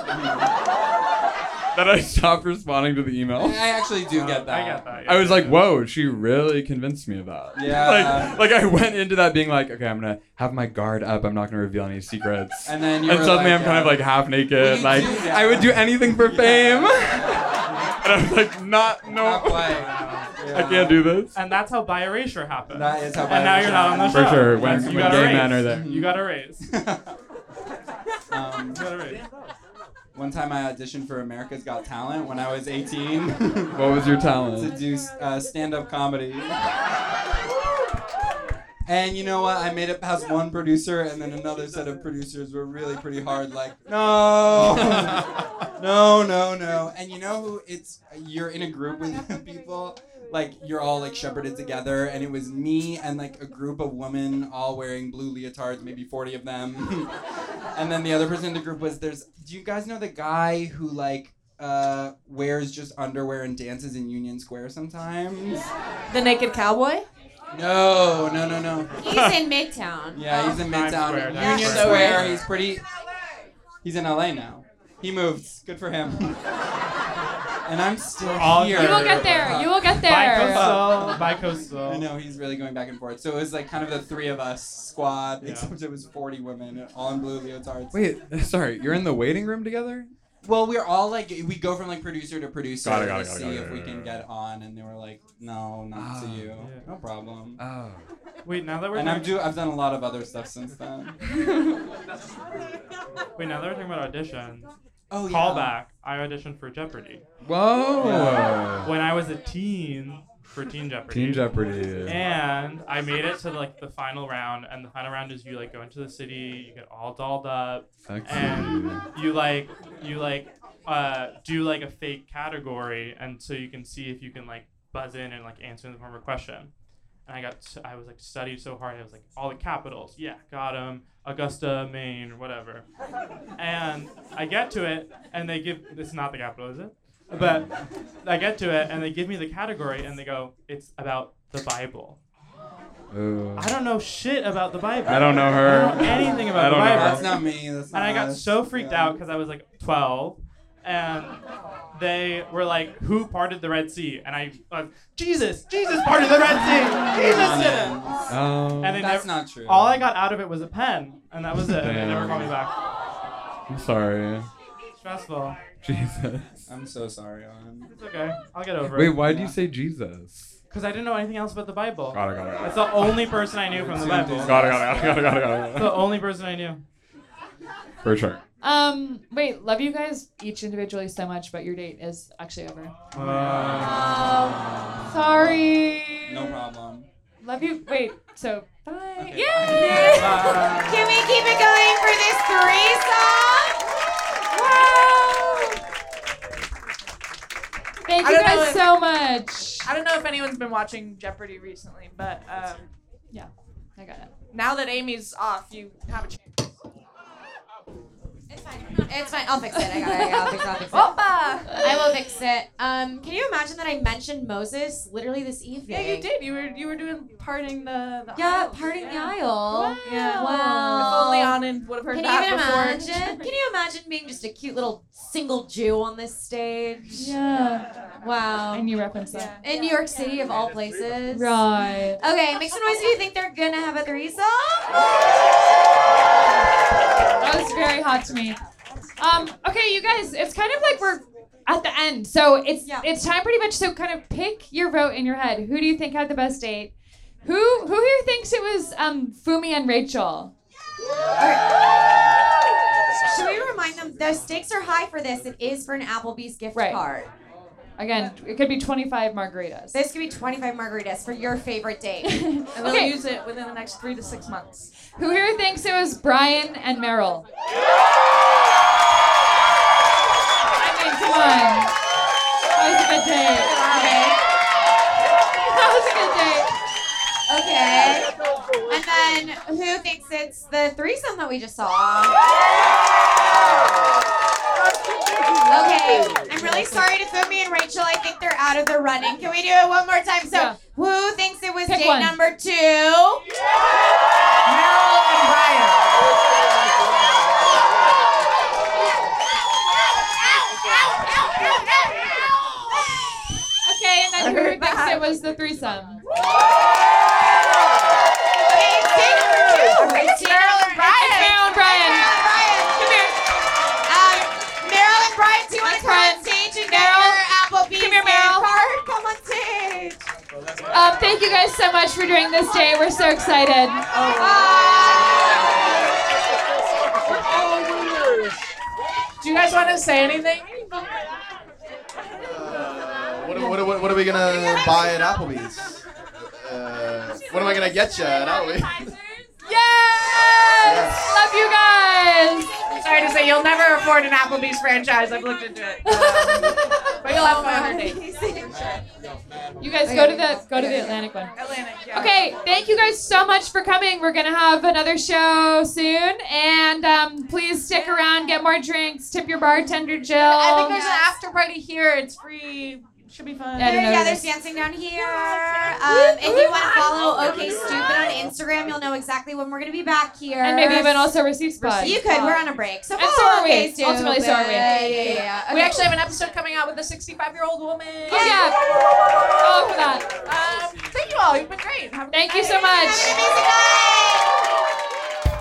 I stopped responding to the email.
I actually do
Uh,
get that.
I get that. yeah.
I was like, whoa, she really convinced me of that. *laughs*
Yeah.
Like, like I went into that being like, okay, I'm gonna have my guard up. I'm not gonna reveal any secrets.
And then you
and
were
suddenly
like,
I'm kind of
uh,
like half
Well,
naked.
you
Like
do that.
I would do
*laughs*
anything for fame. and I was like, not no,
Not quite.
I can't do this.
And that's how bi erasure happened.
That is how
And now you're not on the
For
show.
sure, when-
you
when
got a
gay
raise.
men are there.
You got a raise. You
*laughs* Um,
got a raise.
one time I auditioned for America's Got Talent when I was 18
What was your
*laughs* to
talent?
do uh, stand-up comedy. *laughs* And you know what? I made it past one producer, and then another set of producers were really pretty hard. Like, no, no, no, no. And you know who? It's you're in a group with *laughs* people. Like you're all like shepherded together, and it was me and like a group of women all wearing blue leotards, maybe forty of them. *laughs* and then the other person in the group was there's. Do you guys know the guy who like uh wears just underwear and dances in Union Square sometimes?
The naked cowboy.
No, no, no, no.
He's in Midtown.
Yeah, he's in
Oh.
Times
Midtown.
Square,
Union
Times
Square.
Square.
He's pretty. He's in LA now. He moved. Good for him. and I'm still
All
here.
You will get there. You will get there.
Bi-coastal.
I
Bi-coastal.
know he's really going back and forth. So it was like kind of the three of us squad, except it was 40 women, all in blue leotards.
Wait, sorry, you're in the waiting room together?
Well, we're all like we go from like producer to producer
Got it, got it,
to
got it,
see
got it,
if
got
we
it,
can
got it.
get on, and they were like, "No, not to
Ah.
you.
Yeah.
No problem."
Oh.
Wait, now that we're
And I'm
talking-
do I've done a lot of other stuff since then.
wait, now that we're talking about auditions,
Oh yeah.
callback. I auditioned for Jeopardy
Whoa. Oh.
when I was a teen for Teen Jeopardy.
Team Jeopardy.
And I made it to like the final round, and the final round is you like go into the city, you get all dolled up,
Sexy.
and you like you like uh, do like a fake category, and so you can see if you can like buzz in and like answer the former question. And I got, s- I was like studied so hard. I was like, all the capitals, yeah, got 'em, Augusta, Maine, or whatever. And I get to it, and they give. It's not the capital, is it? But I get to it, and they give me the category, and they go, it's about the Bible. I don't know shit about the Bible.
I don't know her.
I don't know anything about
I don't
the
know
Bible.
her. That's not me, that's
and I
not
got
us.
so freaked
Yeah.
out because I was like 12, and they were like, "Who parted the Red Sea?" And I, uh, Jesus, Jesus parted the Red Sea. Jesus did it.
Oh,
And they
that's
never-
not true.
All I got out of it was a pen, and that was it. And they never
Damn.
called me back.
I'm sorry.
Stressful.
Jesus.
I'm so sorry, Owen.
It's okay. I'll get over
Wait,
it.
why do you say Jesus?
Because I didn't know anything else about the Bible.
Got it, got it, got it.
That's the only person I knew from the Bible.
Got it, got it, got it, got it, got it.
The only person I knew.
For sure.
Um, wait, love you guys each individually so much, but your date is actually over. Um,
Uh,
Sorry.
No problem.
Love you. Wait, so bye. Yay!
Can we keep it going for this threesome?
Thank
I
you
don't know
guys
if-
so much.
I don't know if anyone's been watching Jeopardy recently, but um,
yeah, I got it.
Now that Amy's off, you have a chance.
It's fine. Oh, I'll fix it. I got it. I'll fix it. I'll fix
Oh,
it.
Opa!
*laughs* I will fix it. Um, can you imagine that I mentioned Moses literally this evening?
Yeah, you did. You were you were doing parting the. the
Yeah,
aisles.
parting the
Yeah.
aisle.
Yeah.
Wow.
If only Anand would have heard
Can you
that
even
before.
imagine? Can you imagine being just a cute little single Jew on this stage?
Yeah.
Wow.
And you reference that.
In New York City, of all places.
Right.
Okay, make some noise if you think they're gonna have a threesome.
*laughs*
That was very hot to me. Um, okay, you guys, it's kind of like we're at the end, so it's
Yeah.
it's time pretty much. So kind of pick your vote in your head. Who do you think had the best date? Who who here thinks it was um Fumi and Rachel?
Should we remind them the stakes are high for this? It is for an Applebee's gift
Right.
card.
Again, it could be twenty five margaritas.
This could be 25 margaritas for your favorite date.
*laughs*
And we'll
Okay.
use it within the next three to six months.
Who here thinks it was Brian and Meryl? I mean, come on. That was a good date. That was a good date.
Okay. And then who thinks it's the threesome that we just saw? Okay. I'm really sorry to Fumi and Rachel. I think they're out of the running. Can we do it one more time? So
Yeah.
who thinks it was
Pick
date
one.
number two? Meryl and Brian.
Okay, and then who thinks it was the threesome?
Okay, it's date number two. It's Meryl and
It's
Brian.
Meryl and Brian.
Brian.
Come here.
Um, Meryl and Brian, do you want to come
That's
on
Brian.
stage and
Meryl.
Meryl, Applebee's
Come here,
gift
Meryl.
card? Come on stage.
Um, thank you guys so much for doing this day. We're so excited.
Do you guys want to say anything?
What, what, what, what are we gonna buy at Applebee's? Uh, what am I gonna get you at Applebee's?
Yes! Love you guys.
Sorry to say, you'll never afford an Applebee's franchise. I've looked into it. Um, but you'll have fun on your date.
You guys go to the go to the Atlantic one.
Atlantic, yeah.
Okay, thank you guys so much for coming. We're gonna have another show soon, and um, please stick around, get more drinks, tip your bartender Jill.
I think there's an after party here. It's free. Should be fun.
I don't know
yeah,
this.
there's dancing down here.
Uh,
Um, if you want
Ah!
to
Oh,
follow OK Stupid on Instagram, you'll know exactly when we're going to be back here.
and maybe even also receive spot.
You could. We're on a break. So
And
follow
so are we.
OK Stupid.
Ultimately, so are we.
Yeah, yeah, yeah, yeah.
We
Okay.
actually have an episode coming out with a 65 year old woman.
Oh yeah. Oh for that.
Um, thank you all. You've been great. Have a
Thank you
night.
so much.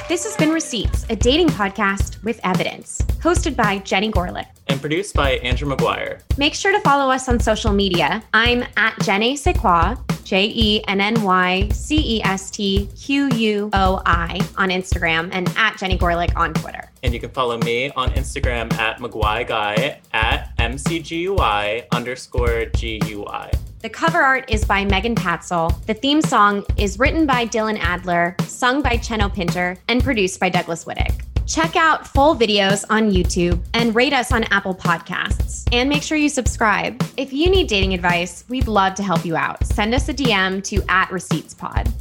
This has been Receipts, a dating podcast with evidence, hosted by Jenny Gorlick.
and produced by Andrew McGuire.
Make sure to follow us on social media. I'm at Jenny Sequoia, J E N N Y C E S T Q U O I on Instagram and at Jenny Gorlick on Twitter.
And you can follow me on Instagram at McGuireGuy at MCGUI underscore GUI.
The cover art is by Megan Patzel. The theme song is written by Dylan Adler, sung by Cheno Pinter, and produced by Douglas Whittick.
Check out full videos on YouTube and rate us on Apple Podcasts. And make sure you subscribe. If you need dating advice, we'd love to help you out. Send us a DM to at receiptspod.